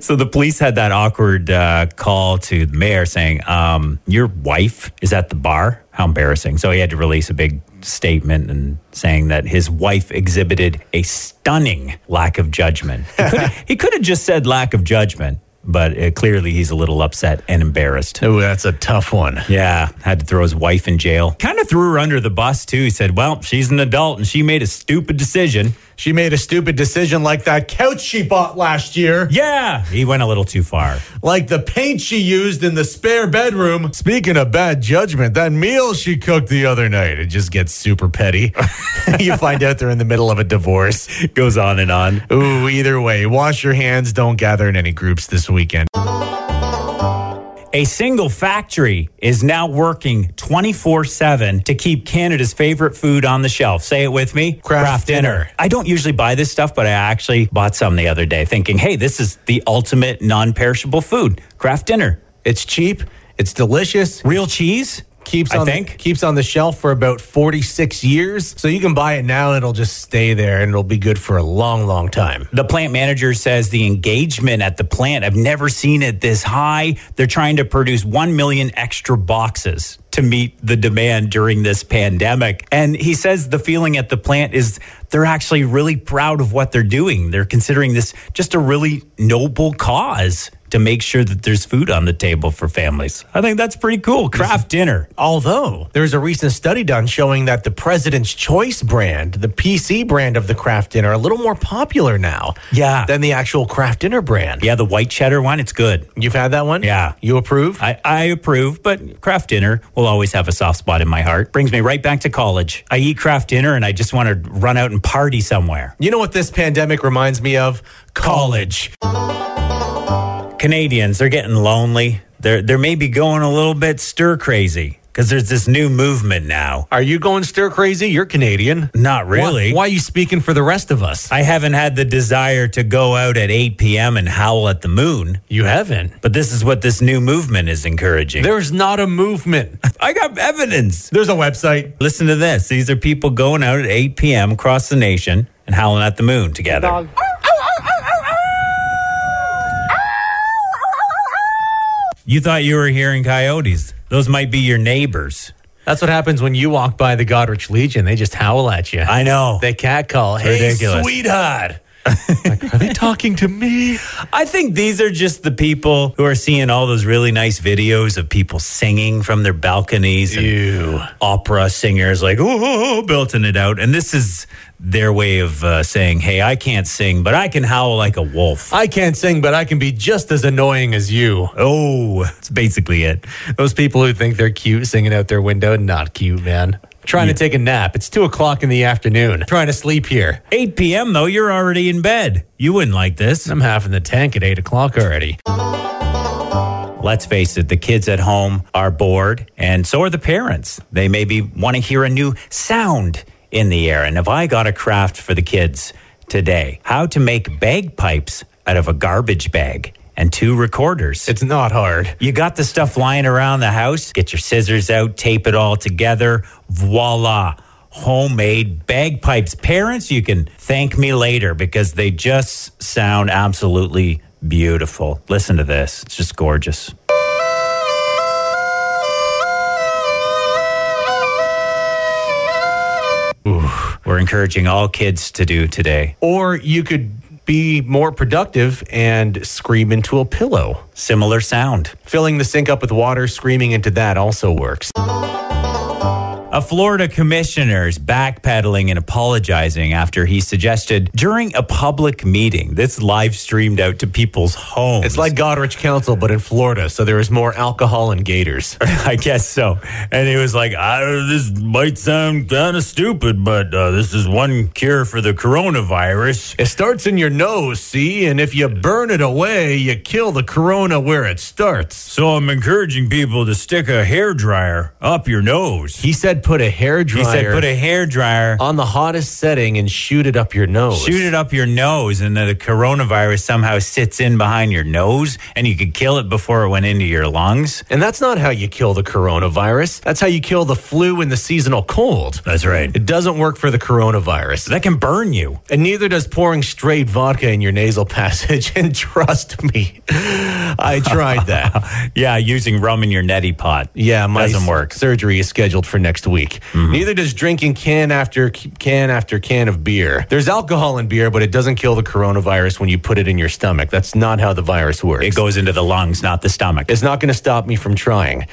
Speaker 2: So the police had that awkward uh, call to the mayor saying, um, Your wife is at the bar? How embarrassing. So he had to release a big statement and saying that his wife exhibited a stunning lack of judgment. He could- He could have just said lack of judgment, but uh, clearly he's a little upset and embarrassed.
Speaker 3: Ooh, that's a tough one.
Speaker 2: Yeah, had to throw his wife in jail. Kind of threw her under the bus, too. He said, Well, she's an adult and she made a stupid decision.
Speaker 3: She made a stupid decision like that couch she bought last year.
Speaker 2: Yeah, he went a little too far.
Speaker 3: like the paint she used in the spare bedroom. Speaking of bad judgment, that meal she cooked the other night, it just gets super petty. you find out they're in the middle of a divorce.
Speaker 2: Goes on and on.
Speaker 3: Ooh, either way, wash your hands, don't gather in any groups this weekend.
Speaker 2: A single factory is now working 24 7 to keep Canada's favorite food on the shelf. Say it with me
Speaker 3: Kraft dinner.
Speaker 2: I don't usually buy this stuff, but I actually bought some the other day thinking, hey, this is the ultimate non perishable food Kraft dinner.
Speaker 3: It's cheap, it's delicious.
Speaker 2: Real cheese?
Speaker 3: Keeps
Speaker 2: I
Speaker 3: on,
Speaker 2: think.
Speaker 3: keeps on the shelf for about 46 years. So you can buy it now and it'll just stay there and it'll be good for a long, long time.
Speaker 2: The plant manager says the engagement at the plant, I've never seen it this high. They're trying to produce 1 million extra boxes to meet the demand during this pandemic. And he says the feeling at the plant is they're actually really proud of what they're doing. They're considering this just a really noble cause to make sure that there's food on the table for families. I think that's pretty cool. Craft dinner.
Speaker 3: Although there's a recent study done showing that the President's Choice brand, the PC brand of the Kraft dinner, a little more popular now.
Speaker 2: Yeah.
Speaker 3: Than the actual Kraft dinner brand.
Speaker 2: Yeah, the white cheddar one, it's good.
Speaker 3: You've had that one?
Speaker 2: Yeah.
Speaker 3: You approve?
Speaker 2: I, I approve, but craft dinner will always have a soft spot in my heart. Brings me right back to college. I eat craft dinner and I just want to run out and party somewhere.
Speaker 3: you know what this pandemic reminds me of? College.
Speaker 2: Canadians, they're getting lonely. They're, they may be going a little bit stir crazy. because there's this new movement now.
Speaker 4: Are you going stir crazy? You're Canadian.
Speaker 2: Not really.
Speaker 4: Why, why are you speaking for the rest of us?
Speaker 2: I haven't had the desire to go out at 8 p.m. and howl at the moon,
Speaker 4: You haven't.
Speaker 2: but this is what this new movement is encouraging.
Speaker 4: There's not a movement.
Speaker 2: I got evidence.
Speaker 4: There's a website.
Speaker 2: Listen to this. These are people going out at 8 p.m. across the nation and howling at the moon together. You thought you were hearing coyotes. Those might be your neighbors.
Speaker 4: That's what happens when you walk by the Godrich Legion. They just howl at you.
Speaker 2: I know.
Speaker 4: They catcall. Hey,
Speaker 2: Ridiculous.
Speaker 4: sweetheart. Like, are they talking to me?
Speaker 2: I think these are just the people who are seeing all those really nice videos of people singing from their balconies and opera singers like oh, oh, oh belting it out. And this is their way of uh, saying, "Hey, I can't sing, but I can howl like a wolf."
Speaker 4: I can't sing, but I can be just as annoying as you.
Speaker 2: Oh, that's basically it.
Speaker 4: Those people who think they're cute singing out their window, not cute, man. Trying to take a nap. It's two o'clock in the afternoon. Trying to sleep here.
Speaker 2: 8 p.m. though, you're already in bed. You wouldn't like this.
Speaker 4: I'm half in the tank at eight o'clock already.
Speaker 2: Let's face it, the kids at home are bored, and so are the parents. They maybe want to hear a new sound in the air. And have I got a craft for the kids today? How to make bagpipes out of a garbage bag and two recorders.
Speaker 3: It's not hard.
Speaker 2: You got the stuff lying around the house. Get your scissors out, tape it all together. Voila. Homemade bagpipes. Parents, you can thank me later because they just sound absolutely beautiful. Listen to this. It's just gorgeous. We're encouraging all kids to do today.
Speaker 3: Or you could be more productive and scream into a pillow.
Speaker 2: Similar sound.
Speaker 3: Filling the sink up with water, screaming into that also works.
Speaker 2: A Florida commissioner is backpedaling and apologizing after he suggested during a public meeting. This live streamed out to people's homes.
Speaker 3: It's like Godrich Council, but in Florida, so there is more alcohol and gators.
Speaker 2: I guess so. And he was like, I, "This might sound kind of stupid, but uh, this is one cure for the coronavirus."
Speaker 3: It starts in your nose, see? And if you burn it away, you kill the corona where it starts.
Speaker 2: So I'm encouraging people to stick a hair dryer up your nose.
Speaker 3: He said put a hair dryer
Speaker 2: He said, "Put a hair dryer."
Speaker 3: on the hottest setting and shoot it up your nose.
Speaker 2: Shoot it up your nose, and then the coronavirus somehow sits in behind your nose, and you could kill it before it went into your lungs.
Speaker 3: And that's not how you kill the coronavirus. That's how you kill the flu and the seasonal cold.
Speaker 2: That's right.
Speaker 3: It doesn't work for the coronavirus.
Speaker 2: That can burn you.
Speaker 3: And neither does pouring straight vodka in your nasal passage. And trust me, I tried that.
Speaker 2: Yeah, using rum in your neti pot.
Speaker 3: Yeah, my
Speaker 2: Doesn't work. Mm-hmm.
Speaker 3: surgery is scheduled for next week. Neither does drinking can after can after can of beer. There's alcohol in beer, but it doesn't kill the coronavirus when you put it in your stomach. That's not how the virus works.
Speaker 2: It goes into the lungs, not the stomach.
Speaker 3: it's not going to stop me from trying.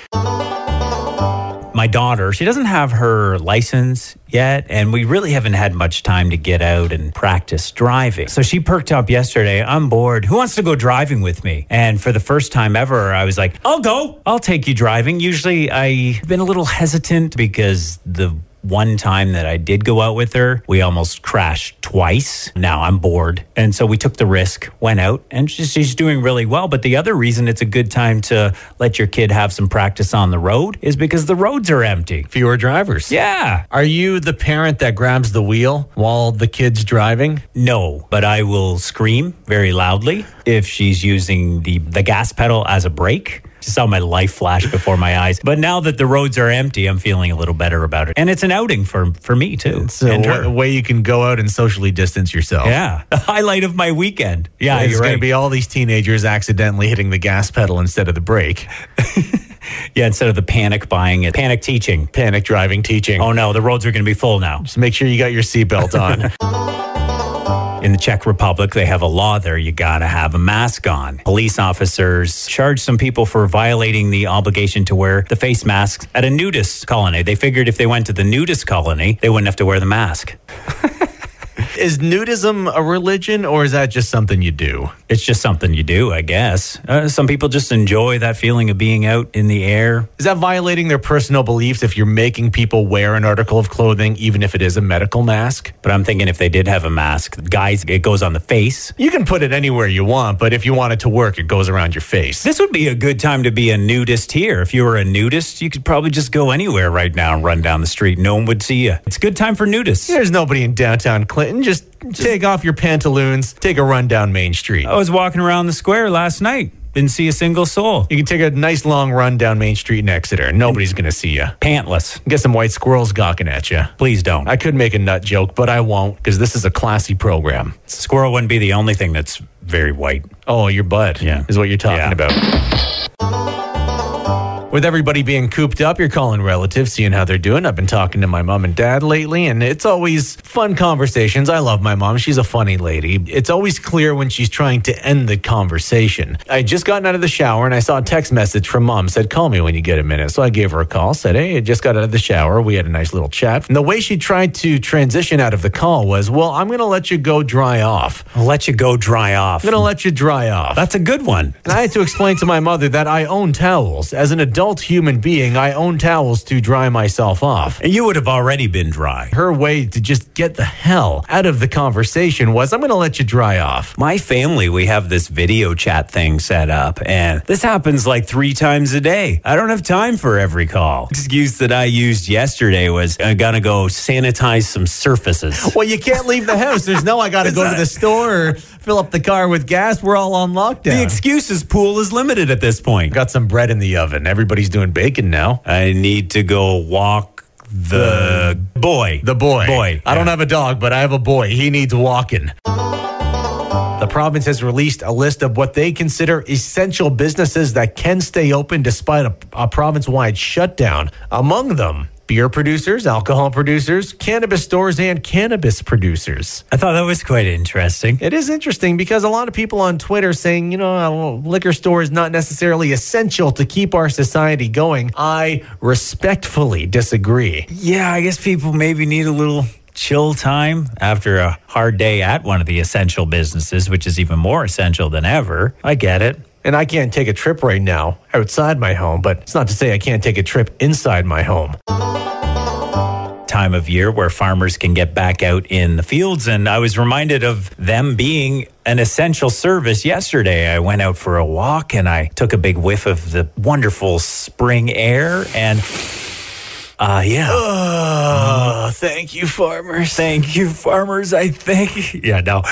Speaker 2: My daughter, she doesn't have her license yet, and we really haven't had much time to get out and practice driving. So she perked up yesterday. I'm bored. Who wants to go driving with me? And for the first time ever, I was like, I'll go. I'll take you driving. Usually I've been a little hesitant because the one time that I did go out with her, we almost crashed twice. Now I'm bored. And so we took the risk, went out, and she's, she's doing really well. But the other reason it's a good time to let your kid have some practice on the road is because the roads are empty.
Speaker 4: Fewer drivers.
Speaker 2: Yeah.
Speaker 4: Are you the parent that grabs the wheel while the kid's driving?
Speaker 2: No, but I will scream very loudly if she's using the, the gas pedal as a brake. Just saw my life flash before my eyes. But now that the roads are empty, I'm feeling a little better about it. And it's an outing for, for me, too.
Speaker 4: So
Speaker 2: and
Speaker 4: what-
Speaker 2: her.
Speaker 4: a way you can go out and socially distance yourself.
Speaker 2: Yeah, Oh. the highlight of my weekend. Yeah,
Speaker 4: It's
Speaker 2: you're
Speaker 4: going
Speaker 2: right.
Speaker 4: to be all these teenagers accidentally hitting the gas pedal instead of the brake.
Speaker 2: yeah, instead of the panic buying it, panic teaching.
Speaker 4: Panic driving teaching.
Speaker 2: Oh no, the roads are going to be full now.
Speaker 4: So make sure you got your seatbelt on.
Speaker 2: In the Czech Republic, they have a law there you got to have a mask on. Police officers charged some people for violating the obligation to wear the face masks at a nudist colony. They figured if they went to the nudist colony, they wouldn't have to wear the mask.
Speaker 3: is nudism a religion or is that just something you do?
Speaker 2: It's just something you do, I guess. Uh, some people just enjoy that feeling of being out in the air.
Speaker 3: Is that violating their personal beliefs if you're making people wear an article of clothing, even if it is a medical mask?
Speaker 2: But I'm thinking if they did have a mask, guys, it goes on the face.
Speaker 3: You can put it anywhere you want, but if you want it to work, it goes around your face.
Speaker 2: This would be a good time to be a nudist here. If you were a nudist, you could probably just go anywhere right now and run down the street. No one would see you. It's a good time for nudists.
Speaker 3: There's nobody in downtown Clinton. Just, take off your pantaloons, take a run down Main Street.
Speaker 2: I was walking around the square last night. Didn't see a single soul.
Speaker 3: You can take a nice long run down Main Street in Exeter. Nobody's going to see you.
Speaker 2: Pantless.
Speaker 3: Get some white squirrels gawking at you.
Speaker 2: Please don't.
Speaker 3: I could make a nut joke, but I won't because this is a classy program.
Speaker 2: Squirrel wouldn't be the only thing that's very white.
Speaker 3: Oh, your butt
Speaker 2: Yeah.
Speaker 3: is what you're talking
Speaker 2: Yeah.
Speaker 3: about. With everybody being cooped up, you're calling relatives, seeing how they're doing. I've been talking to my mom and dad lately, and it's always fun conversations. I love my mom. She's a funny lady. It's always clear when she's trying to end the conversation. I had just gotten out of the shower and I saw a text message from mom said, Call me when you get a minute. So I gave her a call, said, Hey, I just got out of the shower. We had a nice little chat. And the way she tried to transition out of the call was, Well, I'm going to let you go dry off.
Speaker 2: I'll let you go dry off.
Speaker 3: I'm going to let you dry off.
Speaker 2: That's a good one.
Speaker 3: And I had to explain to my mother that I own towels. As an adult human being, I own towels to dry myself off.
Speaker 2: You would have already been dry.
Speaker 3: Her way to just get the hell out of the conversation was I'm going to let you dry off.
Speaker 2: My family, we have this video chat thing set up, and this happens like three times a day. I don't have time for every call. Excuse that I used yesterday was I gotta go sanitize some surfaces.
Speaker 3: Well, you can't leave the house. There's no I got to go to the store or fill up the car with gas. We're all on
Speaker 2: The
Speaker 3: lockdown.
Speaker 2: excuses pool is limited at this point.
Speaker 3: Got some bread in the oven. Everybody's doing bacon now.
Speaker 2: I need to go walk the boy.
Speaker 3: The boy.
Speaker 2: Boy.
Speaker 3: I don't have a dog, but I have a boy. He needs walking. The province has released a list of what they consider essential businesses that can stay open despite a, a province wide shutdown. Among them, beer producers, alcohol producers, cannabis stores, and cannabis producers.
Speaker 2: I thought that was quite interesting.
Speaker 3: It is interesting because a lot of people on Twitter saying, you know, a liquor store is not necessarily essential to keep our society going. I respectfully disagree.
Speaker 2: Yeah, I guess people maybe need a little chill time after a hard day at one of the essential businesses, which is even more essential than ever. I get it.
Speaker 3: And I can't take a trip right now outside my home, but it's not to say I can't take a trip inside my home.
Speaker 2: Time of year where farmers can get back out in the fields. And I was reminded of them being an essential service yesterday. I went out for a walk and I took a big whiff of the wonderful spring air. And uh, yeah,
Speaker 3: Oh, thank you, farmers.
Speaker 2: thank you, farmers. I think. Yeah, no,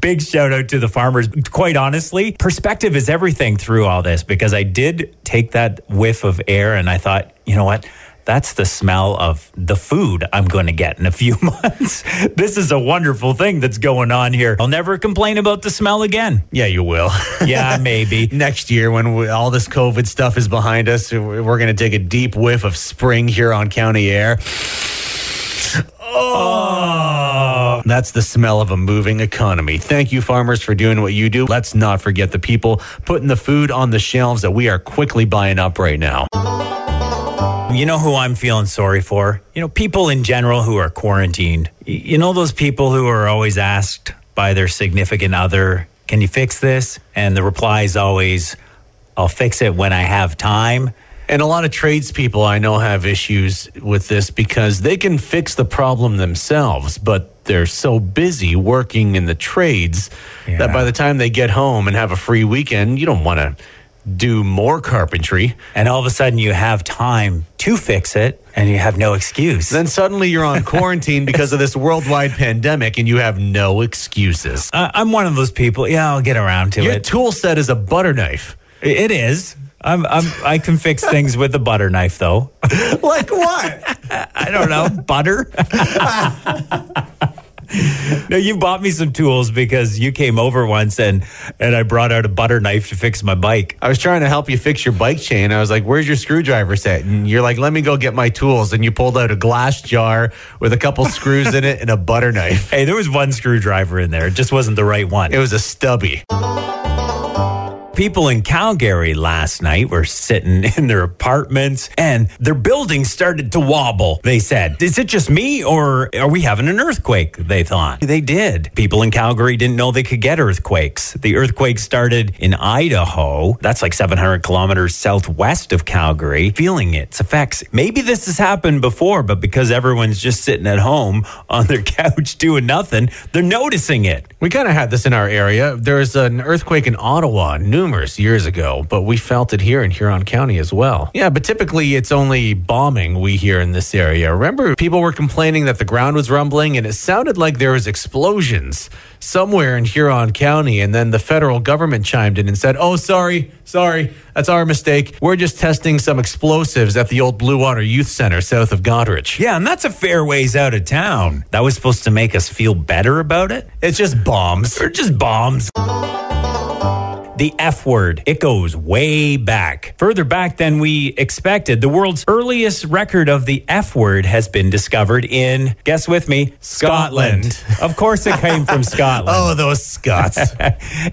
Speaker 2: big shout out to the farmers. Quite honestly, perspective is everything through all this because I did take that whiff of air and I thought, you know what? That's the smell of the food I'm going to get in a few months. this is a wonderful thing that's going on here. I'll never complain about the smell again.
Speaker 3: Yeah, you will.
Speaker 2: Yeah, maybe.
Speaker 3: Next year, when we, all this COVID stuff is behind us, we're going to take a deep whiff of spring here on county air. Oh, that's the smell of a moving economy. Thank you, farmers, for doing what you do. Let's not forget the people putting the food on the shelves that we are quickly buying up right now.
Speaker 2: You know who I'm feeling sorry for? You know, people in general who are quarantined. Y- You know, those people who are always asked by their significant other, Can you fix this? And the reply is always, I'll fix it when I have time.
Speaker 3: And a lot of tradespeople I know have issues with this because they can fix the problem themselves, but they're so busy working in the trades that by the time they get home and have a free weekend, you don't want to do more carpentry.
Speaker 2: And all of a sudden, you have time to fix it and you have no excuse.
Speaker 3: Then suddenly you're on quarantine because of this worldwide pandemic and you have no excuses.
Speaker 2: I- I'm one of those people. Yeah, I'll get around to
Speaker 3: Your
Speaker 2: it.
Speaker 3: tool set is a butter knife.
Speaker 2: it is. I'm, I'm, I can fix things with a butter knife, though.
Speaker 3: Like what?
Speaker 2: I don't know, butter. no, you bought me some tools because you came over once and and I brought out a butter knife to fix my bike.
Speaker 3: I was trying to help you fix your bike chain. I was like, "Where's your screwdriver set?" And you're like, "Let me go get my tools." And you pulled out a glass jar with a couple screws in it and a butter knife.
Speaker 2: Hey, there was one screwdriver in there. It just wasn't the right one.
Speaker 3: It was a stubby.
Speaker 2: people in Calgary last night were sitting in their apartments and their buildings started to wobble. They said, Is it just me or are we having an earthquake? They thought. They did. People in Calgary didn't know they could get earthquakes. The earthquake started in Idaho. That's like 700 kilometers southwest of Calgary, feeling its effects. Maybe this has happened before, but because everyone's just sitting at home on their couch doing nothing, they're noticing it.
Speaker 3: We kind of had this in our area. There was an earthquake in Ottawa numerous years ago, but we felt it here in Huron County as well. Yeah, but typically it's only bombing we hear in this area. Remember, people were complaining that the ground was rumbling and it sounded like there was explosions somewhere in Huron County, and then the federal government chimed in and said, "Oh, sorry, sorry, that's our mistake. We're just testing some explosives at the old Blue Water Youth Center south of Goderich."
Speaker 2: Yeah, and that's a fair ways out of town. That was supposed to make us feel better about it.
Speaker 3: It's just bombs.
Speaker 2: They're just bombs. The F word. It goes way back, further back than we expected. The world's earliest record of the F word has been discovered in, guess with me, Scotland. of course, it came from Scotland.
Speaker 3: Oh, those Scots.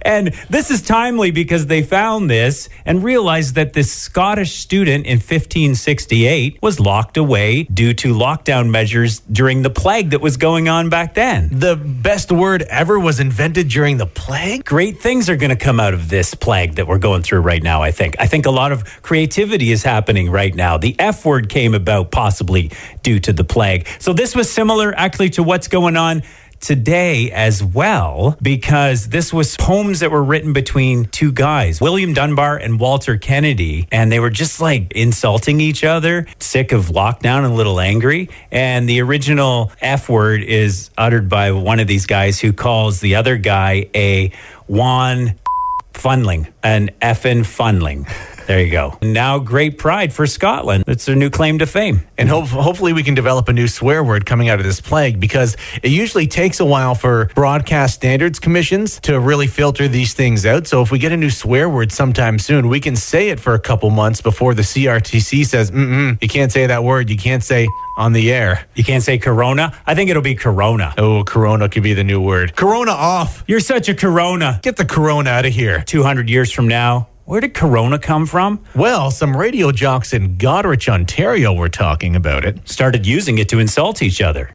Speaker 2: and this is timely because they found this and realized that this Scottish student in 1568 was locked away due to lockdown measures during the plague that was going on back then.
Speaker 3: the best word ever was invented during the plague?
Speaker 2: Great things are going to come out of this plague that we're going through right now, I think. I think a lot of creativity is happening right now. The F word came about possibly due to the plague. So this was similar actually to what's going on today as well because this was poems that were written between two guys, William Dunbar and Walter Kennedy, and they were just like insulting each other, sick of lockdown and a little angry. And the original F word is uttered by one of these guys who calls the other guy a Juan funneling, an effing funneling. There you go. Now, great pride for Scotland. It's their new claim to fame.
Speaker 3: And hope, hopefully, we can develop a new swear word coming out of this plague because it usually takes a while for broadcast standards commissions to really filter these things out. So, if we get a new swear word sometime soon, we can say it for a couple months before the CRTC says, Mm-mm, you can't say that word. You can't say on the air.
Speaker 2: You can't say Corona. I think it'll be Corona.
Speaker 3: Oh, Corona could be the new word. Corona off.
Speaker 2: You're such a Corona.
Speaker 3: Get the Corona out of here.
Speaker 2: 200 years from now, where did Corona come from?
Speaker 3: Well, some radio jocks in Goderich, Ontario were talking about it.
Speaker 2: Started using it to insult each other.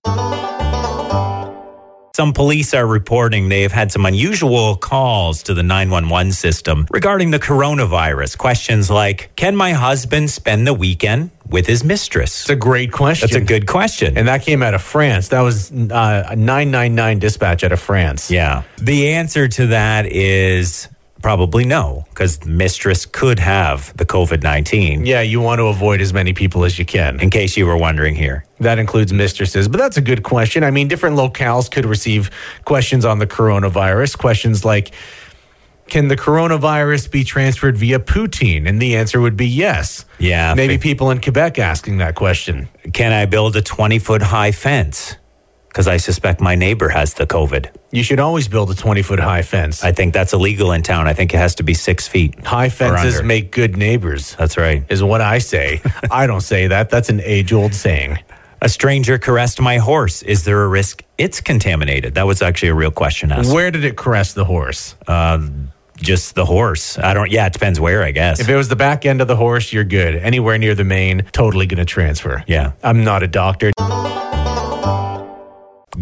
Speaker 2: Some police are reporting they have had some unusual calls to the 911 system regarding the coronavirus. Questions like Can my husband spend the weekend with his mistress?
Speaker 3: It's a great question.
Speaker 2: That's a good question.
Speaker 3: And that came out of France. That was uh, a 999 dispatch out of France.
Speaker 2: Yeah. The answer to that is probably no, because mistress could have the COVID 19,
Speaker 3: Yeah, you want to avoid as many people as you can.
Speaker 2: in case you were wondering here.
Speaker 3: That includes mistresses. But that's a good question. I mean, different locales could receive questions on the coronavirus. Questions like Can the coronavirus be transferred via poutine? And the answer would be yes.
Speaker 2: Yeah,
Speaker 3: Maybe
Speaker 2: fig-
Speaker 3: people in Quebec asking that question.
Speaker 2: Can I build a 20 foot high fence? Because I suspect my neighbor has the COVID.
Speaker 3: You should always build a 20 foot high fence.
Speaker 2: I think that's illegal in town. I think it has to be six feet.
Speaker 3: High fences
Speaker 2: under.
Speaker 3: make good neighbors.
Speaker 2: That's right.
Speaker 3: is what I say. I don't say that. That's an age old saying.
Speaker 2: A stranger caressed my horse. Is there a risk it's contaminated? That was actually a real question asked. Uh,
Speaker 3: Where did it caress the horse?
Speaker 2: Just the horse. I don't, yeah, it depends where, I guess.
Speaker 3: If it was the back end of the horse, you're good. Anywhere near the mane, totally going to transfer.
Speaker 2: Yeah.
Speaker 3: I'm not a doctor.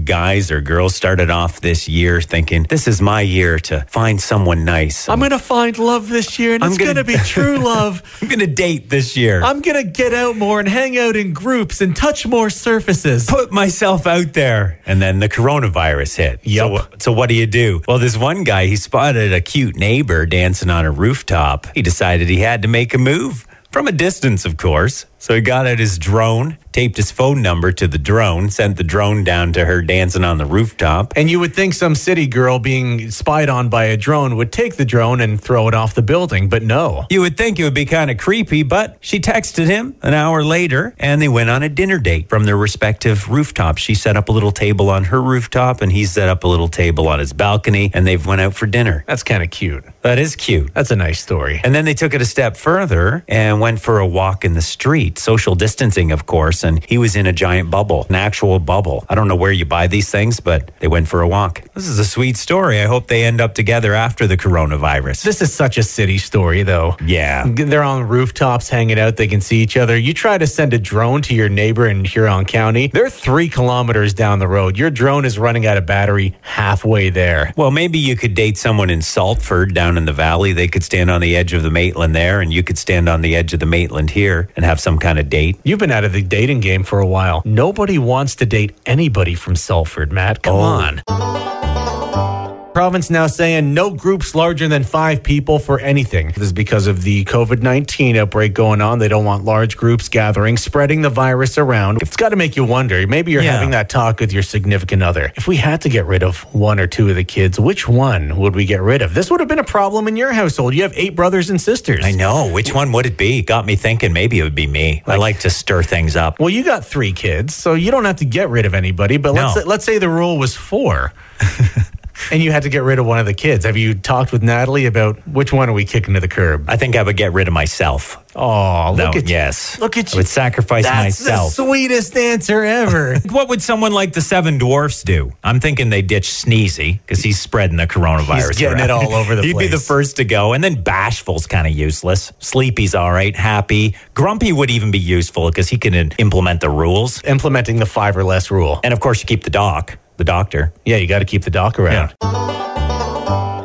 Speaker 2: Guys or girls started off this year thinking, this is my year to find someone nice.
Speaker 3: I'm going to find love this year and
Speaker 2: I'm
Speaker 3: it's
Speaker 2: gonna-
Speaker 3: going to be true love.
Speaker 2: I'm going to date this year.
Speaker 3: I'm going to get out more and hang out in groups and touch more surfaces.
Speaker 2: put myself out there. And then the coronavirus hit.
Speaker 3: Yep.
Speaker 2: So, so what do you do? Well, this one guy, he spotted a cute neighbor dancing on a rooftop. He decided he had to make a move from a distance, of course. So he got out his drone, taped his phone number to the drone, sent the drone down to her dancing on the rooftop.
Speaker 3: And you would think some city girl being spied on by a drone would take the drone and throw it off the building, but no.
Speaker 2: You would think it would be kind of creepy, but she texted him an hour later and they went on a dinner date from their respective rooftops. She set up a little table on her rooftop and he set up a little table on his balcony and they've went out for dinner.
Speaker 3: That's kind of cute.
Speaker 2: That is cute.
Speaker 3: That's a nice story.
Speaker 2: And then they took it a step further and went for a walk in the street. feet. Social distancing, of course, and he was in a giant bubble, an actual bubble. I don't know where you buy these things, but they went for a walk. This is a sweet story. I hope they end up together after the coronavirus.
Speaker 3: This is such a city story, though.
Speaker 2: Yeah.
Speaker 3: They're on rooftops hanging out. They can see each other. You try to send a drone to your neighbor in Huron County, they're three kilometers down the road. Your drone is running out of battery halfway there.
Speaker 2: Well, maybe you could date someone in Saltford down in the valley. They could stand on the edge of the Maitland there, and you could stand on the edge of the Maitland here and have some kind of date.
Speaker 3: You've been out of the dating game for a while. Nobody wants to date anybody from Salford, Matt. Come
Speaker 2: Oh.
Speaker 3: on. Province now saying no groups larger than five people for anything. This is because of the COVID 19 outbreak going on. They don't want large groups gathering, spreading the virus around. It's got to make you wonder. Maybe you're
Speaker 2: Yeah.
Speaker 3: having that talk with your significant other. If we had to get rid of one or two of the kids, which one would we get rid of? This would have been a problem in your household. You have eight brothers and sisters.
Speaker 2: I know. Which one would it be? Got me thinking maybe it would be me. I like to stir things up.
Speaker 3: Well, you got three kids, so you don't have to get rid of anybody. But let's
Speaker 2: No.
Speaker 3: let's say the rule was four, and you had to get rid of one of the kids. Have you talked with Natalie about which one are we kicking to the curb?
Speaker 2: I think I would get rid of myself.
Speaker 3: Oh,
Speaker 2: No,
Speaker 3: look at
Speaker 2: yes.
Speaker 3: you! Look at
Speaker 2: I
Speaker 3: you!
Speaker 2: would sacrifice
Speaker 3: That's
Speaker 2: myself.
Speaker 3: the sweetest answer ever.
Speaker 2: What would someone like the Seven Dwarfs do? I'm thinking they ditch Sneezy because he's spreading the coronavirus.
Speaker 3: He's getting
Speaker 2: around.
Speaker 3: it all over the
Speaker 2: He'd be the
Speaker 3: place.
Speaker 2: first to go. And then Bashful's kind of useless. Sleepy's all right. Happy. Grumpy would even be useful because he can in- implement the rules.
Speaker 3: Implementing the five or less rule.
Speaker 2: And of course, you keep the doc, the doctor.
Speaker 3: Yeah, you got to keep the doc around.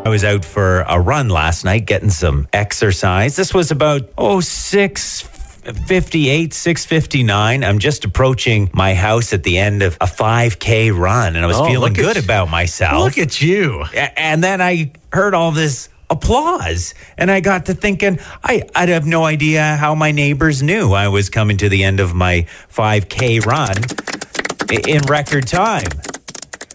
Speaker 2: I was out for a run last night getting some exercise. This was about oh six fifty-eight, 659. I'm just approaching my house at the end of a 5K run and I was
Speaker 3: Oh,
Speaker 2: feeling
Speaker 3: look at
Speaker 2: good
Speaker 3: you.
Speaker 2: about myself.
Speaker 3: Look at you!
Speaker 2: A- and then I heard all this applause and I got to thinking I, I'd have no idea how my neighbors knew I was coming to the end of my 5K run i- in record time.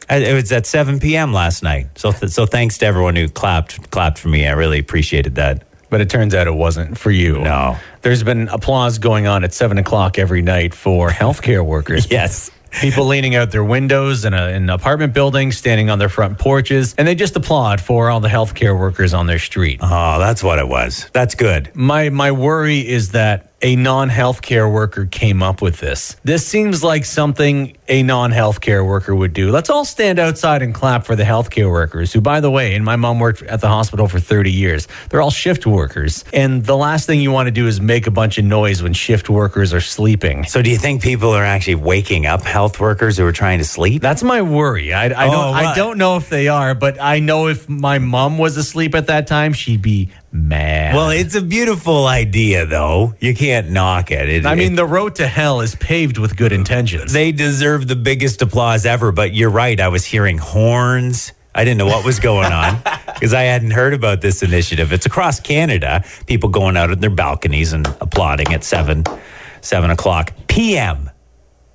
Speaker 2: I- It was at 7 p.m. last night. So, th- so thanks to everyone who clapped, clapped for me. I really appreciated that.
Speaker 4: But it turns out it wasn't for you.
Speaker 2: No.
Speaker 4: There's been applause going on at seven o'clock every night for healthcare workers.
Speaker 2: Yes.
Speaker 4: People leaning out their windows in, a, in apartment buildings, standing on their front porches, and they just applaud for all the healthcare workers on their street.
Speaker 2: Oh, that's what it was. That's good.
Speaker 4: My my worry is that a non-healthcare worker came up with this. This seems like something a non-healthcare worker would do. Let's all stand outside and clap for the healthcare workers who by the way, and my mom worked at the hospital for 30 years. They're all shift workers. And the last thing you want to do is make a bunch of noise when shift workers are sleeping.
Speaker 2: So, do you think people are actually waking up health workers who are trying to sleep?
Speaker 4: That's my worry. I, I
Speaker 2: Oh,
Speaker 4: don't I
Speaker 2: what?
Speaker 4: don't know if they are, but I know if my mom was asleep at that time, she'd be mad.
Speaker 2: Well, it's a beautiful idea, though. You can't knock it. It-
Speaker 4: I
Speaker 2: it-
Speaker 4: mean, the road to hell is paved with good intentions.
Speaker 2: They deserve the biggest applause ever, but you're right. I was hearing horns. I didn't know what was going on because I hadn't heard about this initiative. It's across Canada, people going out on their balconies and applauding at seven, seven o'clock p.m.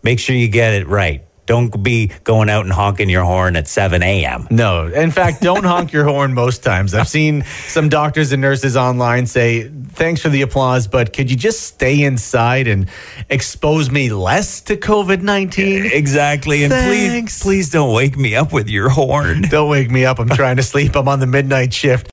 Speaker 2: Make sure you get it right. Don't be going out and honking your horn at 7 a.m.
Speaker 3: No, in fact, don't honk your horn most times. I've seen some doctors and nurses online say, "Thanks for the applause, but could you just stay inside and expose me less to COVID
Speaker 4: Eh.
Speaker 3: nineteen?
Speaker 2: Exactly. And please,
Speaker 3: Thanks.
Speaker 2: please don't wake me up with your horn.
Speaker 3: Don't wake me up. I'm trying to sleep. I'm on the midnight shift."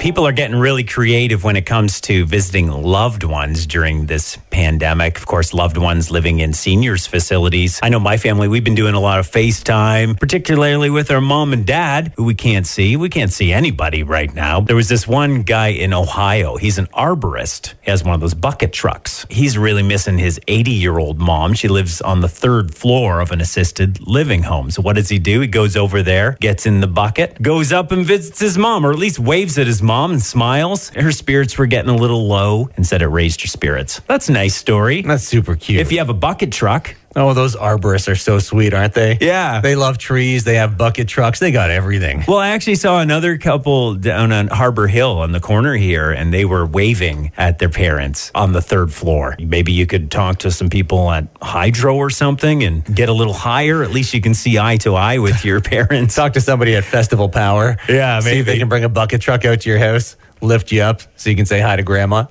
Speaker 2: People are getting really creative when it comes to visiting loved ones during this pandemic. Of course, loved ones living in seniors facilities. I know my family, we've been doing a lot of FaceTime, particularly with our mom and dad, who we can't see. We can't see anybody right now. There was this one guy in Ohio. He's an arborist. He has one of those bucket trucks. He's really missing his 80 year old mom. She lives on the third floor of an assisted living home. So what does he do? He goes over there, gets in the bucket, goes up and visits his mom, or at least waves at his mom and smiles. Her spirits were getting a little low and said it raised her spirits. That's a nice story.
Speaker 3: That's super cute.
Speaker 2: If you have a bucket truck,
Speaker 3: oh, those arborists are so sweet, aren't they?
Speaker 2: Yeah.
Speaker 3: they love trees. They have bucket trucks. They got everything.
Speaker 2: Well, I actually saw another couple down on Harbor Hill on the corner here, and they were waving at their parents on the third floor. Maybe you could talk to some people at Hydro or something and get a little higher. At least you can see eye to eye with your parents.
Speaker 3: Talk to somebody at Festival Power.
Speaker 2: Yeah,
Speaker 3: see if they
Speaker 2: maybe.
Speaker 3: can bring a bucket truck out to your house, lift you up, so you can say hi to Grandma.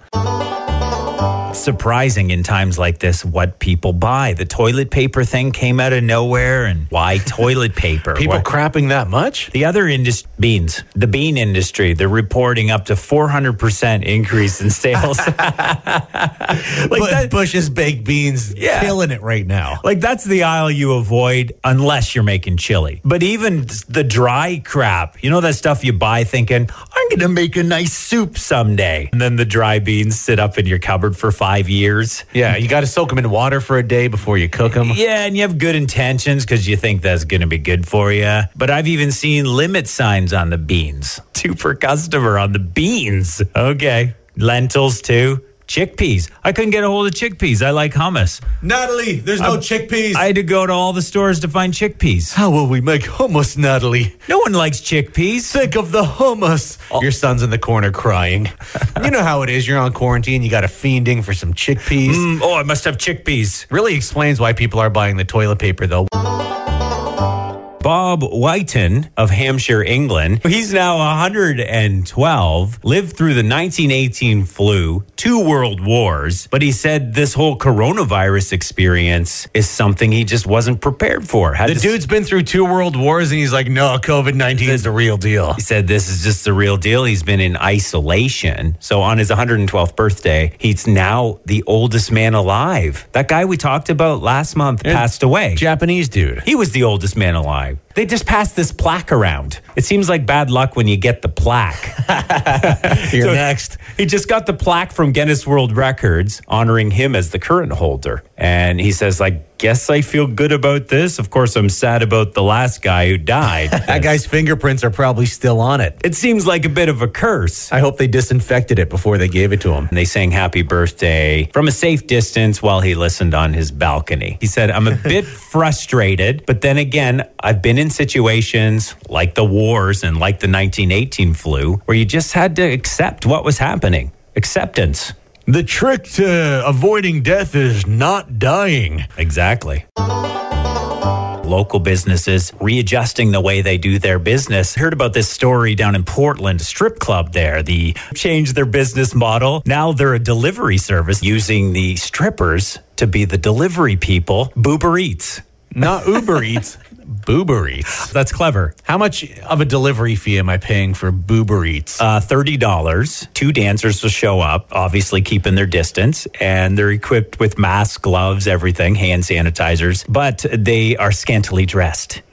Speaker 2: surprising in times like this what people buy. The toilet paper thing came out of nowhere, and why toilet paper?
Speaker 3: People
Speaker 2: Why-
Speaker 3: crapping that much?
Speaker 2: the other industry, beans, the bean industry, they're reporting up to 400% increase in sales. like
Speaker 3: but
Speaker 2: that,
Speaker 3: Bush's baked beans
Speaker 2: Yeah.
Speaker 3: killing it right now.
Speaker 2: Like that's the aisle you avoid unless you're making chili. But even the dry crap, you know that stuff you buy thinking, I'm going to make a nice soup someday. And then the dry beans sit up in your cupboard for 5 years.
Speaker 3: Yeah, you got to soak them in water for a day before you cook them.
Speaker 2: Yeah, and you have good intentions because you think that's going to be good for you. But I've even seen limit signs on the beans. Two per customer on the beans. Okay. Lentils too. Chickpeas. I couldn't get a hold of chickpeas. I like hummus. Um,
Speaker 3: Natalie, there's no chickpeas.
Speaker 2: I had to go to all the stores to find chickpeas.
Speaker 3: How will we make hummus, Natalie?
Speaker 2: No one likes chickpeas.
Speaker 3: Think of the hummus.
Speaker 2: Oh.
Speaker 3: Your son's in the corner crying. you know how it is. You're on quarantine. You got a fiending for some chickpeas.
Speaker 2: Mm, oh, I must have chickpeas.
Speaker 3: Really explains why people are buying the toilet paper, though.
Speaker 2: Bob Whiten of Hampshire, England. He's now 112, lived through the 1918 flu, two world wars, but he said this whole coronavirus experience is something he just wasn't prepared for. Had
Speaker 4: The
Speaker 2: to-
Speaker 4: dude's been through two world wars and he's like, no, COVID 19 is the real deal.
Speaker 2: He said this is just the real deal. He's been in isolation. So on his 112th birthday, he's now the oldest man alive. That guy we talked about last month passed away.
Speaker 4: Japanese dude.
Speaker 2: He was the oldest man alive. They just passed this plaque around. It seems like bad luck when you get the plaque.
Speaker 4: You're
Speaker 2: So-
Speaker 4: next.
Speaker 2: He just got the plaque from Guinness World Records honoring him as the current holder. And he says, I guess I feel good about this. Of course, I'm sad about the last guy who died.
Speaker 4: That guy's fingerprints are probably still on it.
Speaker 2: it seems like a bit of a curse.
Speaker 4: I hope they disinfected it before they gave it to him.
Speaker 2: And they sang happy birthday from a safe distance while he listened on his balcony. He said, I'm a bit frustrated, but then again, I've been in situations like the wars and like the 1918 flu where you just had to accept what was happening. Acceptance.
Speaker 4: The trick to avoiding death is not dying.
Speaker 2: Exactly. Local businesses readjusting the way they do their business. Heard about this story down in Portland, a strip club there. The changed their business model. Now they're a delivery service using the strippers to be the delivery people. Boober Eats.
Speaker 3: Not Uber Eats, Boober Eats.
Speaker 2: That's clever.
Speaker 3: How much of a delivery fee am I paying for Boober Eats?
Speaker 2: Uh, $30. Two dancers will show up, obviously keeping their distance, and they're equipped with masks, gloves, everything, hand sanitizers, but they are scantily dressed.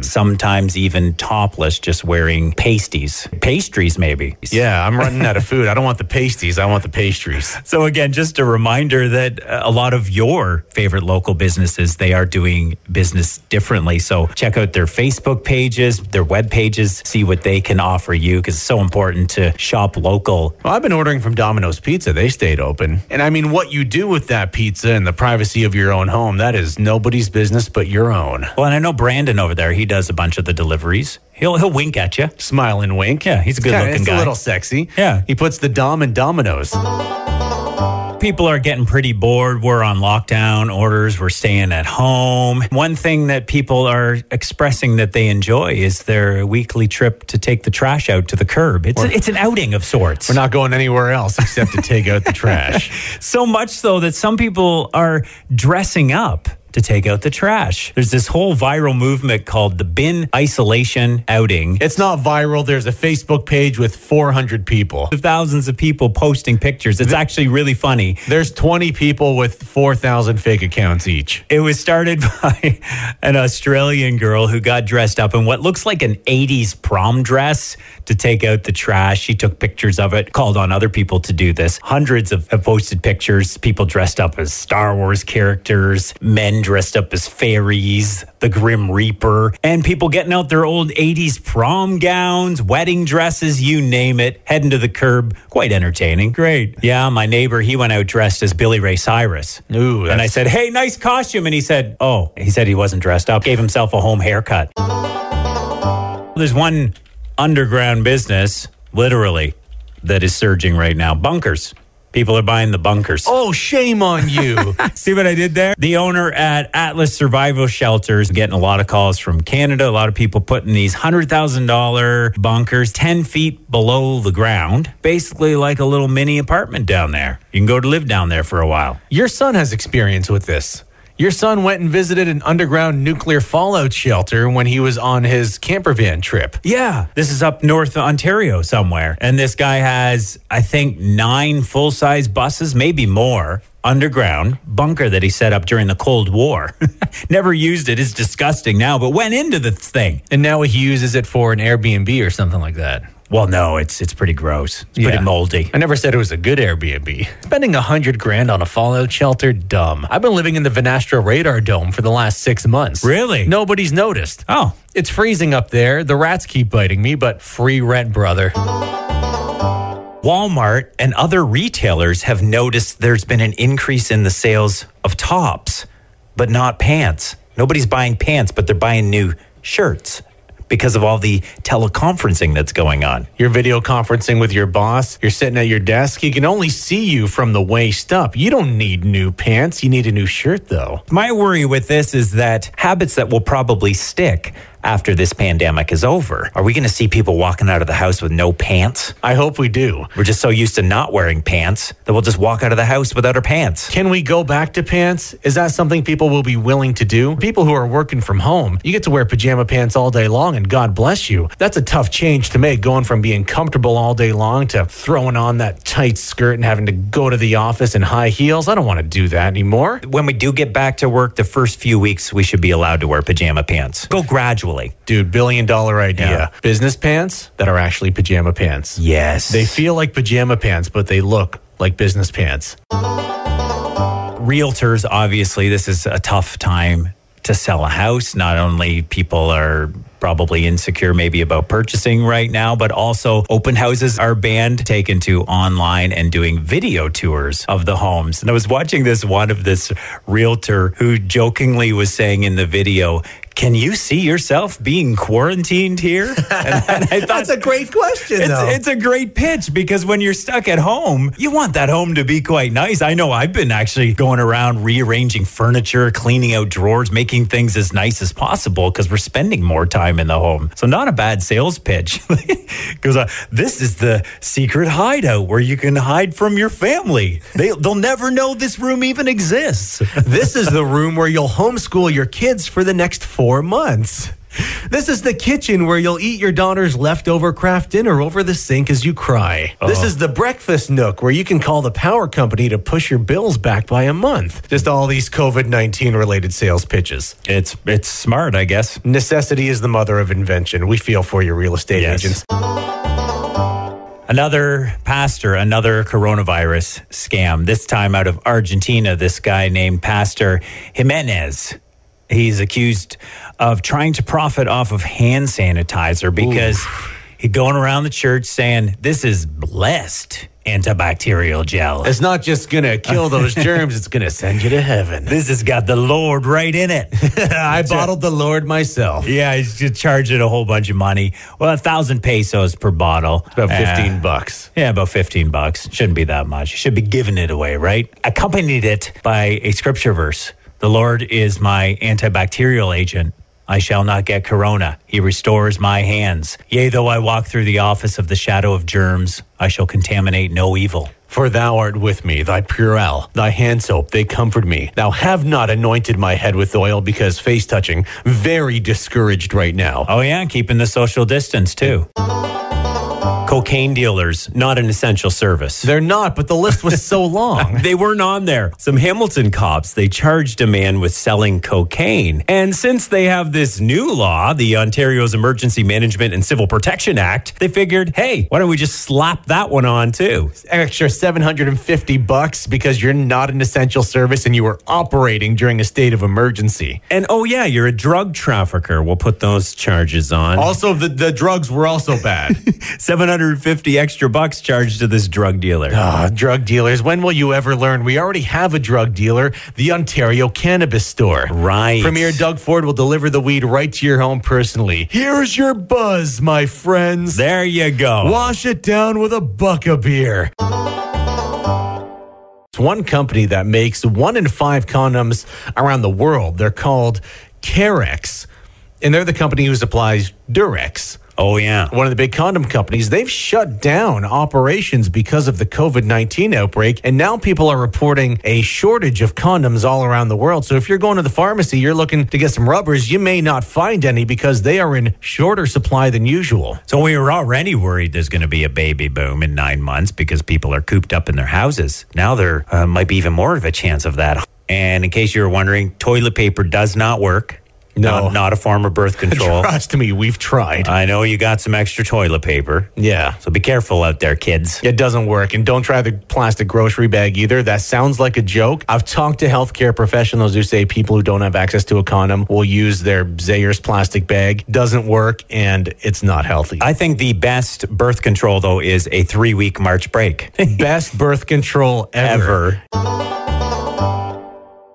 Speaker 2: Sometimes even topless, just wearing pasties. Pastries, maybe.
Speaker 3: yeah, I'm running out of food. I don't want the pasties. I want the pastries.
Speaker 2: So again, just a reminder that uh, a lot of your favorite local businesses they are doing business differently. So check out their Facebook pages, their web pages, see what they can offer you because it's so important to shop local
Speaker 3: Well, I've been ordering from Domino's Pizza. They stayed open. And I mean, what you do with that pizza in the privacy of your own home, that is nobody's business but your own.
Speaker 2: Well, and I know Brandon over there. He does a bunch of the deliveries. He'll he'll wink at you.
Speaker 3: Smile and wink.
Speaker 2: Yeah, he's a good
Speaker 3: Kinda-
Speaker 2: looking
Speaker 3: it's
Speaker 2: guy.
Speaker 3: a little sexy.
Speaker 2: Yeah.
Speaker 3: He puts the Dom in Domino's.
Speaker 2: People are getting pretty bored. We're on lockdown orders. We're staying at home. One thing that people are expressing that they enjoy is their weekly trip to take the trash out to the curb. It's a, it's an outing of sorts.
Speaker 3: We're not going anywhere else except to take out the trash.
Speaker 2: so much so that some people are dressing up to take out the trash. There's this whole viral movement called the bin isolation outing.
Speaker 3: It's not viral. There's a Facebook page with 400 people.
Speaker 2: Of thousands of people posting pictures. It's actually really funny.
Speaker 3: There's 20 people with 4,000 fake accounts each.
Speaker 2: It was started by an Australian girl who got dressed up in what looks like an 80s prom dress to take out the trash. She took pictures of it, called on other people to do this. Hundreds of have posted pictures, people dressed up as Star Wars characters, men dressed up as fairies, the Grim Reaper, and people getting out their old 80s prom gowns, wedding dresses, you name it, heading to the curb. Quite entertaining. Great. Yeah, my neighbor, he went out dressed as Billy Ray Cyrus.
Speaker 3: Ooh,
Speaker 2: And I
Speaker 3: that's-
Speaker 2: said, Hey, nice costume. And he said, Oh, he said he wasn't dressed up, gave himself a home haircut. There's one underground business, literally, that is surging right now bunkers. People are buying the bunkers.
Speaker 4: Oh, shame on you.
Speaker 2: See what I did there? The owner at Atlas Survival Shelters getting a lot of calls from Canada. A lot of people putting these $100,000 bunkers 10 feet below the ground, basically like a little mini apartment down there. You can go to live down there for a while.
Speaker 3: Your son has experience with this. Your son went and visited an underground nuclear fallout shelter when he was on his camper van trip.
Speaker 2: Yeah, this is up north of Ontario somewhere. And this guy has, I think, nine full size buses, maybe more, underground bunker that he set up during the Cold War. Never used it. It's disgusting now, but went into the thing.
Speaker 4: and now he uses it for an Airbnb or something like that.
Speaker 2: Well, no, it's it's pretty gross. It's
Speaker 4: Yeah.
Speaker 2: pretty moldy.
Speaker 4: I never said it was a good Airbnb. Spending a hundred grand on a fallout shelter, dumb. I've been living in the Venastra radar dome for the last six months.
Speaker 2: Really?
Speaker 4: Nobody's noticed.
Speaker 2: Oh,
Speaker 4: It's freezing up there. The rats keep biting me, but free rent, brother.
Speaker 2: Walmart and other retailers have noticed there's been an increase in the sales of tops, but not pants. Nobody's buying pants, but they're buying new shirts because of all the teleconferencing that's going on.
Speaker 3: You're video conferencing with your boss. You're sitting at your desk. He can only see you from the waist up. You don't need new pants. You need a new shirt, though.
Speaker 2: My worry with this is that habits that will probably stick after this pandemic is over. Are we going to see people walking out of the house with no pants?
Speaker 3: I hope we do.
Speaker 2: We're just so used to not wearing pants that we'll just walk out of the house without our pants.
Speaker 3: Can we go back to pants? Is that something people will be willing to do? People who are working from home, you get to wear pajama pants all day long, and God bless you. That's a tough change to make going from being comfortable all day long to throwing on that tight skirt and having to go to the office in high heels. I don't want to do that anymore.
Speaker 2: When we do get back to work, the first few weeks we should be allowed to wear pajama pants. Go gradually.
Speaker 3: Dude, billion dollar idea.
Speaker 2: Yeah.
Speaker 3: Business pants that are actually pajama pants.
Speaker 2: Yes.
Speaker 3: They feel like pajama pants, but they look like business pants.
Speaker 2: realtors obviously this is a tough time to sell a house not only people are probably insecure maybe about purchasing right now but also open houses are banned taken to online and doing video tours of the homes and i was watching this one of this realtor who jokingly was saying in the video can you see yourself being quarantined here and, and i thought
Speaker 3: great question,
Speaker 2: it's, it's a great pitch because when you're stuck at home, you want that home to be quite nice. I know I've been actually going around rearranging furniture, cleaning out drawers, making things as nice as possible because we're spending more time in the home. So, not a bad sales pitch. Because uh, this is the secret hideout where you can hide from your family. They, they'll never know this room even exists.
Speaker 3: this is the room where you'll homeschool your kids for the next four months. This is the kitchen where you'll eat your daughter's leftover craft dinner over the sink as you cry. This is the breakfast nook where you can call the power company to push your bills back by a month. Just all these COVID 19 related sales pitches.
Speaker 2: It's, it's smart, I guess.
Speaker 3: Necessity is the mother of invention. We feel for your real estate
Speaker 2: Yes.
Speaker 3: agents.
Speaker 2: Another pastor, another coronavirus scam, this time out of Argentina. This guy named Pastor Jimenez. He's accused of trying to profit off of hand sanitizer because he's going around the church saying, This is blessed antibacterial gel.
Speaker 3: It's not just going to kill those germs, it's going to send you to heaven.
Speaker 2: This has got the Lord right in it.
Speaker 3: I bottled the Lord myself.
Speaker 2: yeah, he's just charging a whole bunch of money. Well, a thousand pesos per bottle.
Speaker 3: About 15
Speaker 2: Uh,
Speaker 3: bucks.
Speaker 2: Yeah, about 15 bucks. Shouldn't be that much. You should be giving it away, right? Accompanied it by a scripture verse. The Lord is my antibacterial agent. I shall not get corona. He restores my hands. Yea, though I walk through the office of the shadow of germs, I shall contaminate no evil.
Speaker 3: For thou art with me, thy Purell, thy hand soap, they comfort me. Thou have not anointed my head with oil because face touching, very discouraged right now.
Speaker 2: Oh, yeah, keeping the social distance too. Cocaine dealers, not an essential service.
Speaker 3: They're not, but the list was so long.
Speaker 10: They weren't on there. Some Hamilton cops, they charged a man with selling cocaine. And since they have this new law, the Ontario's Emergency Management and Civil Protection Act, they figured, hey, why don't we just slap that one on too?
Speaker 3: Extra 750 bucks because you're not an essential service and you were operating during a state of emergency.
Speaker 10: And oh, yeah, you're a drug trafficker. We'll put those charges on.
Speaker 3: Also, the, the drugs were also bad.
Speaker 10: 750 extra bucks charged to this drug dealer.
Speaker 3: Ah, drug dealers, when will you ever learn? We already have a drug dealer, the Ontario Cannabis Store.
Speaker 10: Right.
Speaker 3: Premier Doug Ford will deliver the weed right to your home personally. Here's your buzz, my friends.
Speaker 10: There you go.
Speaker 3: Wash it down with a buck of beer. one company that makes one in five condoms around the world. They're called Carex, and they're the company who supplies Durex
Speaker 2: Oh, yeah.
Speaker 3: one of the big condom companies, they've shut down operations because of the COVID 19 outbreak. And now people are reporting a shortage of condoms all around the world. So if you're going to the pharmacy, you're looking to get some rubbers, you may not find any because they are in shorter supply than usual.
Speaker 2: So we were already worried there's going to be a baby boom in nine months because people are cooped up in their houses. Now there uh, might be even more of a chance of that. And in case you were wondering, toilet paper does not work.
Speaker 3: No.
Speaker 2: not, not a form of birth control.
Speaker 3: Trust me, we've tried.
Speaker 2: I know you got some extra toilet paper.
Speaker 3: yeah.
Speaker 2: So be careful out there, kids.
Speaker 3: It doesn't work. And don't try the plastic grocery bag either. That sounds like a joke. I've talked to healthcare professionals who say people who don't have access to a condom will use their Zayers plastic bag. Doesn't work and it's not healthy.
Speaker 2: I think the best birth control, though, is a three week March break.
Speaker 3: Best birth control ever.
Speaker 2: Ever.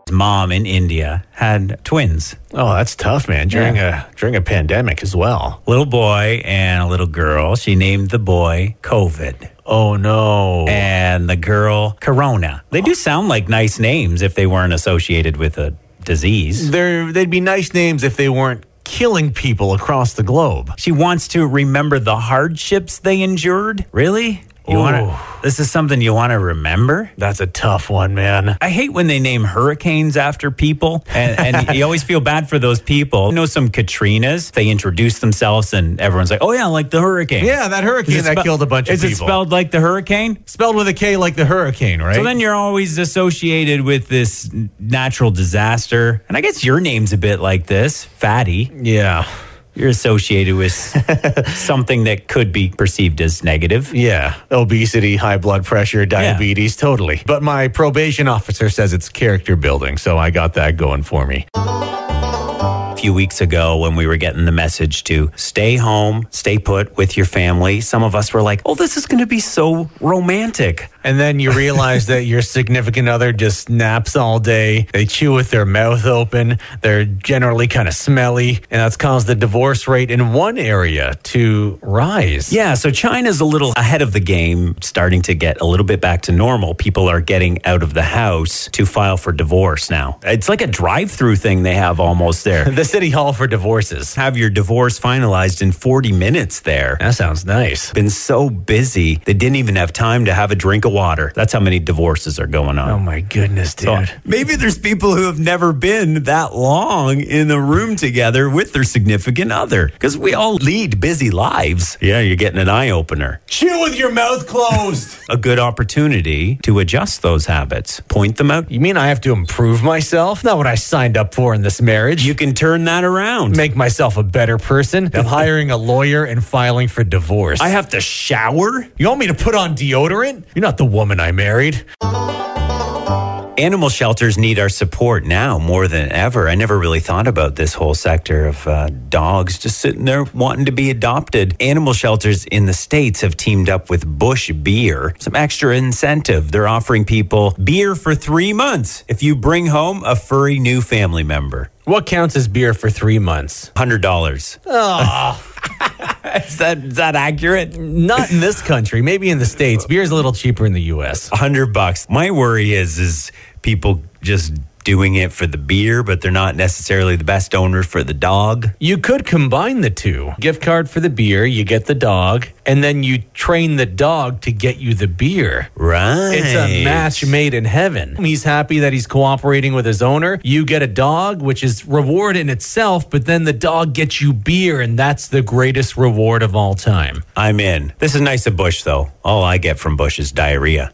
Speaker 2: Mom in India had twins,
Speaker 3: Oh, that's tough, man. During a during a pandemic as well.
Speaker 2: little boy and a little girl. She named the boy COVID.
Speaker 3: Oh no.
Speaker 2: and the girl Corona. They do sound like nice names if they weren't associated with a disease.
Speaker 3: They're, they'd be nice names if they weren't killing people across the globe.
Speaker 2: She wants to remember the hardships they endured. Really? You want
Speaker 3: Ooh.
Speaker 2: to? This is something you want to remember.
Speaker 3: That's a tough one, man.
Speaker 2: I hate when they name hurricanes after people, and, and you always feel bad for those people. You know, some Katrinas, they introduce themselves, and everyone's like, "Oh yeah, like the hurricane."
Speaker 3: Yeah, that hurricane that
Speaker 2: spe-
Speaker 3: killed a bunch of
Speaker 2: is
Speaker 3: people.
Speaker 2: it spelled like the hurricane?
Speaker 3: Spelled with a K like the hurricane, right?
Speaker 2: So then you're always associated with this n- natural disaster. And I guess your name's a bit like this Fatty.
Speaker 3: yeah.
Speaker 2: You're associated with something that could be perceived as negative.
Speaker 3: Yeah. Obesity, high blood pressure, diabetes, totally. But my probation officer says it's character building, so I got that going for me.
Speaker 2: A few weeks ago, when we were getting the message to stay home, stay put with your family, some of us were like, oh, this is going to be so romantic.
Speaker 3: And then you realize that your significant other just naps all day. They chew with their mouth open. They're generally kind of smelly. And that's caused the divorce rate in one area to rise.
Speaker 2: Yeah, so China's a little ahead of the game, starting to get a little bit back to normal. People are getting out of the house to file for divorce now. It's like a drive through thing they have almost there.
Speaker 3: The city hall for divorces.
Speaker 2: have your divorce finalized in 40 minutes there.
Speaker 3: That sounds nice.
Speaker 2: Been so busy, they didn't even have time to have a drink of water. That's how many divorces are going
Speaker 3: Oh
Speaker 2: on.
Speaker 3: my goodness, dude.
Speaker 2: Maybe there's people who have never been that long in a room together with their significant other because we all lead busy lives. Yeah, you're getting an eye opener.
Speaker 3: Chew with your mouth closed.
Speaker 2: a good opportunity to adjust those habits, point them out.
Speaker 3: you mean I have to improve myself? Not what I signed up for in this marriage.
Speaker 2: You can turn that around.
Speaker 3: make myself a better person than hiring a lawyer and filing for divorce.
Speaker 2: I have to shower.
Speaker 3: you want me to put on deodorant? You're not the woman I married.
Speaker 2: Animal shelters need our support now more than ever. I never really thought about this whole sector of uh, dogs just sitting there wanting to be adopted. Animal shelters in the States have teamed up with Bush Beer, some extra incentive. They're offering people beer for three months if you bring home a furry new family member.
Speaker 3: What counts as beer for three months?
Speaker 2: $100. is, that, is that accurate?
Speaker 3: Not in this country, maybe in the States. Beer is a little cheaper in the US.
Speaker 2: 100 bucks. My worry is is people just doing it for the beer, but they're not necessarily the best owner for the dog.
Speaker 3: You could combine the two gift card for the beer, you get the dog, and then you train the dog to get you the beer.
Speaker 2: Right.
Speaker 3: It's a match made in heaven. He's happy that he's cooperating with his owner. You get a dog, which is reward in itself, but then the dog gets you beer, and that's the greatest reward of all time.
Speaker 2: I'm in. This is nice of Bush, though. All I get from Bush is diarrhea.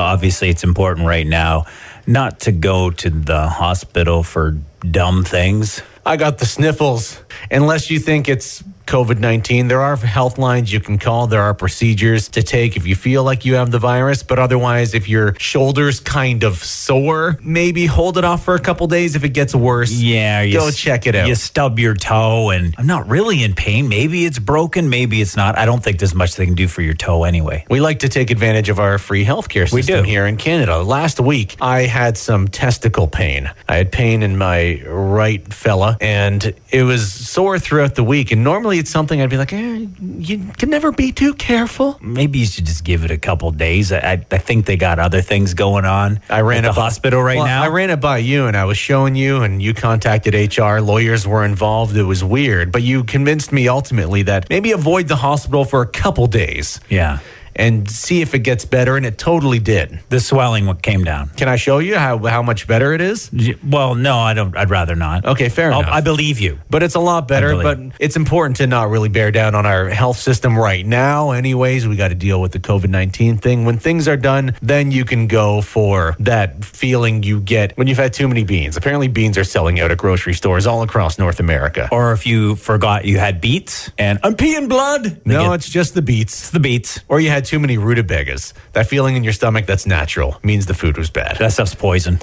Speaker 2: Obviously, it's important right now not to go to the hospital for dumb things.
Speaker 3: I got the sniffles. Unless you think it's COVID 19, there are health lines you can call. There are procedures to take if you feel like you have the virus. But otherwise, if your shoulder's kind of sore, maybe hold it off for a couple days if it gets worse.
Speaker 2: Yeah,
Speaker 3: Go check it out.
Speaker 2: You stub your toe, and I'm not really in pain. Maybe it's broken, maybe it's not. I don't think there's much they can do for your toe anyway.
Speaker 3: We like to take advantage of our free healthcare
Speaker 2: We
Speaker 3: system
Speaker 2: do.
Speaker 3: here in Canada. Last week, I had some testicle pain. I had pain in my right fella, and it was sore throughout the week. And normally, Usually it's something I'd be like, eh, you can never be too careful.
Speaker 11: Maybe you should just give it a couple days. I, I- I think they got other things going on.
Speaker 3: I ran
Speaker 11: at
Speaker 3: up
Speaker 11: the
Speaker 3: on-
Speaker 11: hospital right
Speaker 3: Well,
Speaker 11: now.
Speaker 3: I ran it by you and I was showing you, and you contacted HR. Lawyers were involved. It was weird, but you convinced me ultimately that maybe avoid the hospital for a couple days
Speaker 11: yeah,
Speaker 3: and see if it gets better. And it totally did.
Speaker 11: the swelling wa- came down.
Speaker 3: Can I show you how, how much better it is?
Speaker 11: Y- Well, no, I don't. I'd rather not.
Speaker 3: Okay, fair
Speaker 11: I'll-
Speaker 3: enough.
Speaker 11: I believe you.
Speaker 3: But it's a lot better.
Speaker 11: I
Speaker 3: But
Speaker 11: believe-
Speaker 3: it's important to not really bear down on our health system right now. Anyways, we got to deal with the COVID 19 thing. When things are done, then you can go for that feeling you get when you've had too many beans. Apparently, beans are selling out at grocery stores all across North America.
Speaker 11: Or if you forgot you had beets and I'm peeing blood. They
Speaker 3: no,
Speaker 11: get-
Speaker 3: it's just the beets.
Speaker 11: it's the beets.
Speaker 3: Or you had too many rutabagas. That feeling in your stomach that's natural means the food was bad.
Speaker 11: That stuff's poison.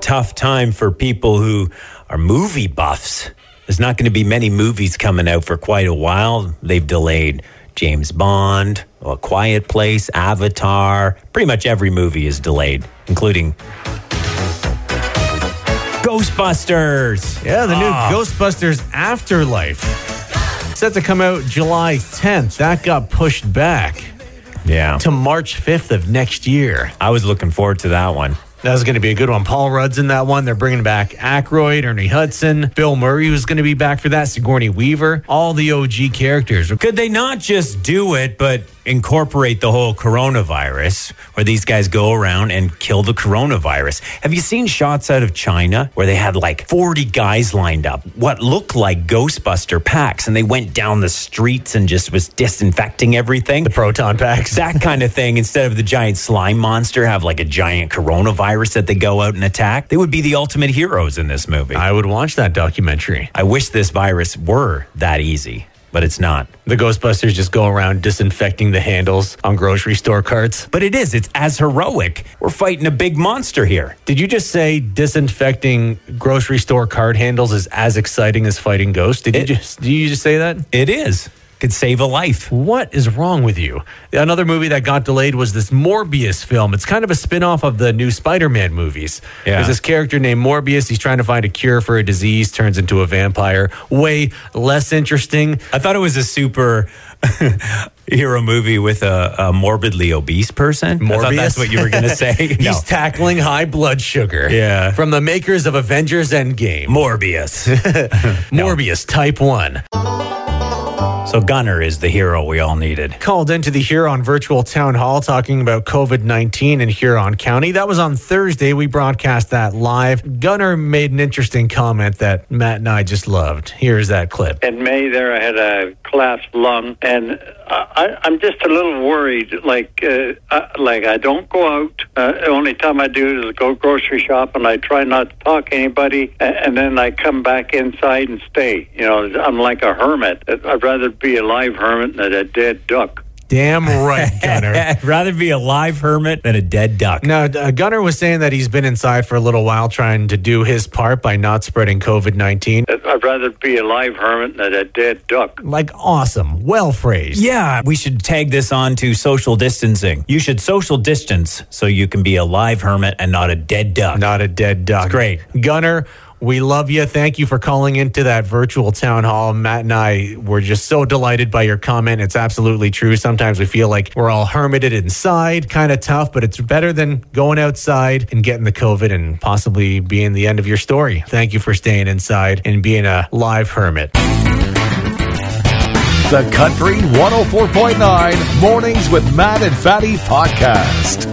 Speaker 2: Tough time for people who are movie buffs. There's not going to be many movies coming out for quite a while. They've delayed James Bond, A Quiet Place, Avatar. Pretty much every movie is delayed, including Ghostbusters.
Speaker 3: Yeah, the new Ghostbusters Afterlife. Set to come out July 10th. That got pushed back
Speaker 2: Yeah.
Speaker 3: to March 5th of next year.
Speaker 2: I was looking forward to that one.
Speaker 3: That was going to be a good one. Paul Rudd's in that one. They're bringing back Aykroyd, Ernie Hudson, Bill Murray was going to be back for that, Sigourney Weaver, all the OG characters.
Speaker 2: Could they not just do it, but incorporate the whole coronavirus, where these guys go around and kill the coronavirus? Have you seen shots out of China where they had like 40 guys lined up, what looked like Ghostbuster packs, and they went down the streets and just was disinfecting everything?
Speaker 3: Proton packs.
Speaker 2: that kind of thing instead of the giant slime monster have like a giant coronavirus that they go out and attack they would be the ultimate heroes in this movie
Speaker 3: I would watch that documentary.
Speaker 2: I wish this virus were that easy but it's not
Speaker 3: The Ghostbusters just go around disinfecting the handles on grocery store carts.
Speaker 2: But it is. It's as heroic. We're fighting a big monster here.
Speaker 3: Did you just say disinfecting grocery store cart handles is as exciting as fighting ghosts? Did you
Speaker 2: It-
Speaker 3: just did you just say that?
Speaker 2: It is. Could save a life.
Speaker 3: What is wrong with you? Another movie that got delayed was this Morbius film. It's kind of a spin off of the new Spider Man movies.
Speaker 2: Yeah.
Speaker 3: There's this character named Morbius. He's trying to find a cure for a disease, turns into a vampire. Way less interesting.
Speaker 2: I thought it was a super hero movie with a, a morbidly obese person. I thought
Speaker 3: Morbius?
Speaker 2: that's what you were going to say.
Speaker 3: He's tackling high blood sugar.
Speaker 2: Yeah.
Speaker 3: From the makers of Avengers Endgame.
Speaker 2: Morbius.
Speaker 3: Morbius Type 1.
Speaker 2: so Gunner is the hero we all needed.
Speaker 3: Called into the Huron Virtual Town Hall talking about COVID 19 in Huron County. That was on Thursday. We broadcast that live. Gunner made an interesting comment that Matt and I just loved. Here's that clip.
Speaker 12: in May there I had a collapsed lung, and I, I, I'm just a little worried. Like, uh, uh, like I don't go out. Uh, the only time I do is go grocery shop, and I try not to talk to anybody. And, and then I come back inside and stay. You know, I'm like a hermit. I'd rather be a live hermit than a dead duck.
Speaker 3: Damn right, Gunner.
Speaker 2: I'd rather be a live hermit than a dead duck.
Speaker 3: Now, uh, Gunner was saying that he's been inside for a little while trying to do his part by not spreading COVID 19.
Speaker 12: I'd rather be a live hermit than a dead duck.
Speaker 3: Like, awesome. Well phrased.
Speaker 2: Yeah, we should tag this on to social distancing. You should social distance so you can be a live hermit and not a dead duck.
Speaker 3: Not a dead duck.
Speaker 2: great.
Speaker 3: Gunner, we love you. Thank you for calling into that virtual town hall. Matt and I were just so delighted by your comment. It's absolutely true. Sometimes we feel like we're all hermited inside, kind of tough, but it's better than going outside and getting the COVID and possibly being the end of your story. Thank you for staying inside and being a live hermit.
Speaker 1: oh The Country 104.9 Mornings with Matt and Fatty Podcast.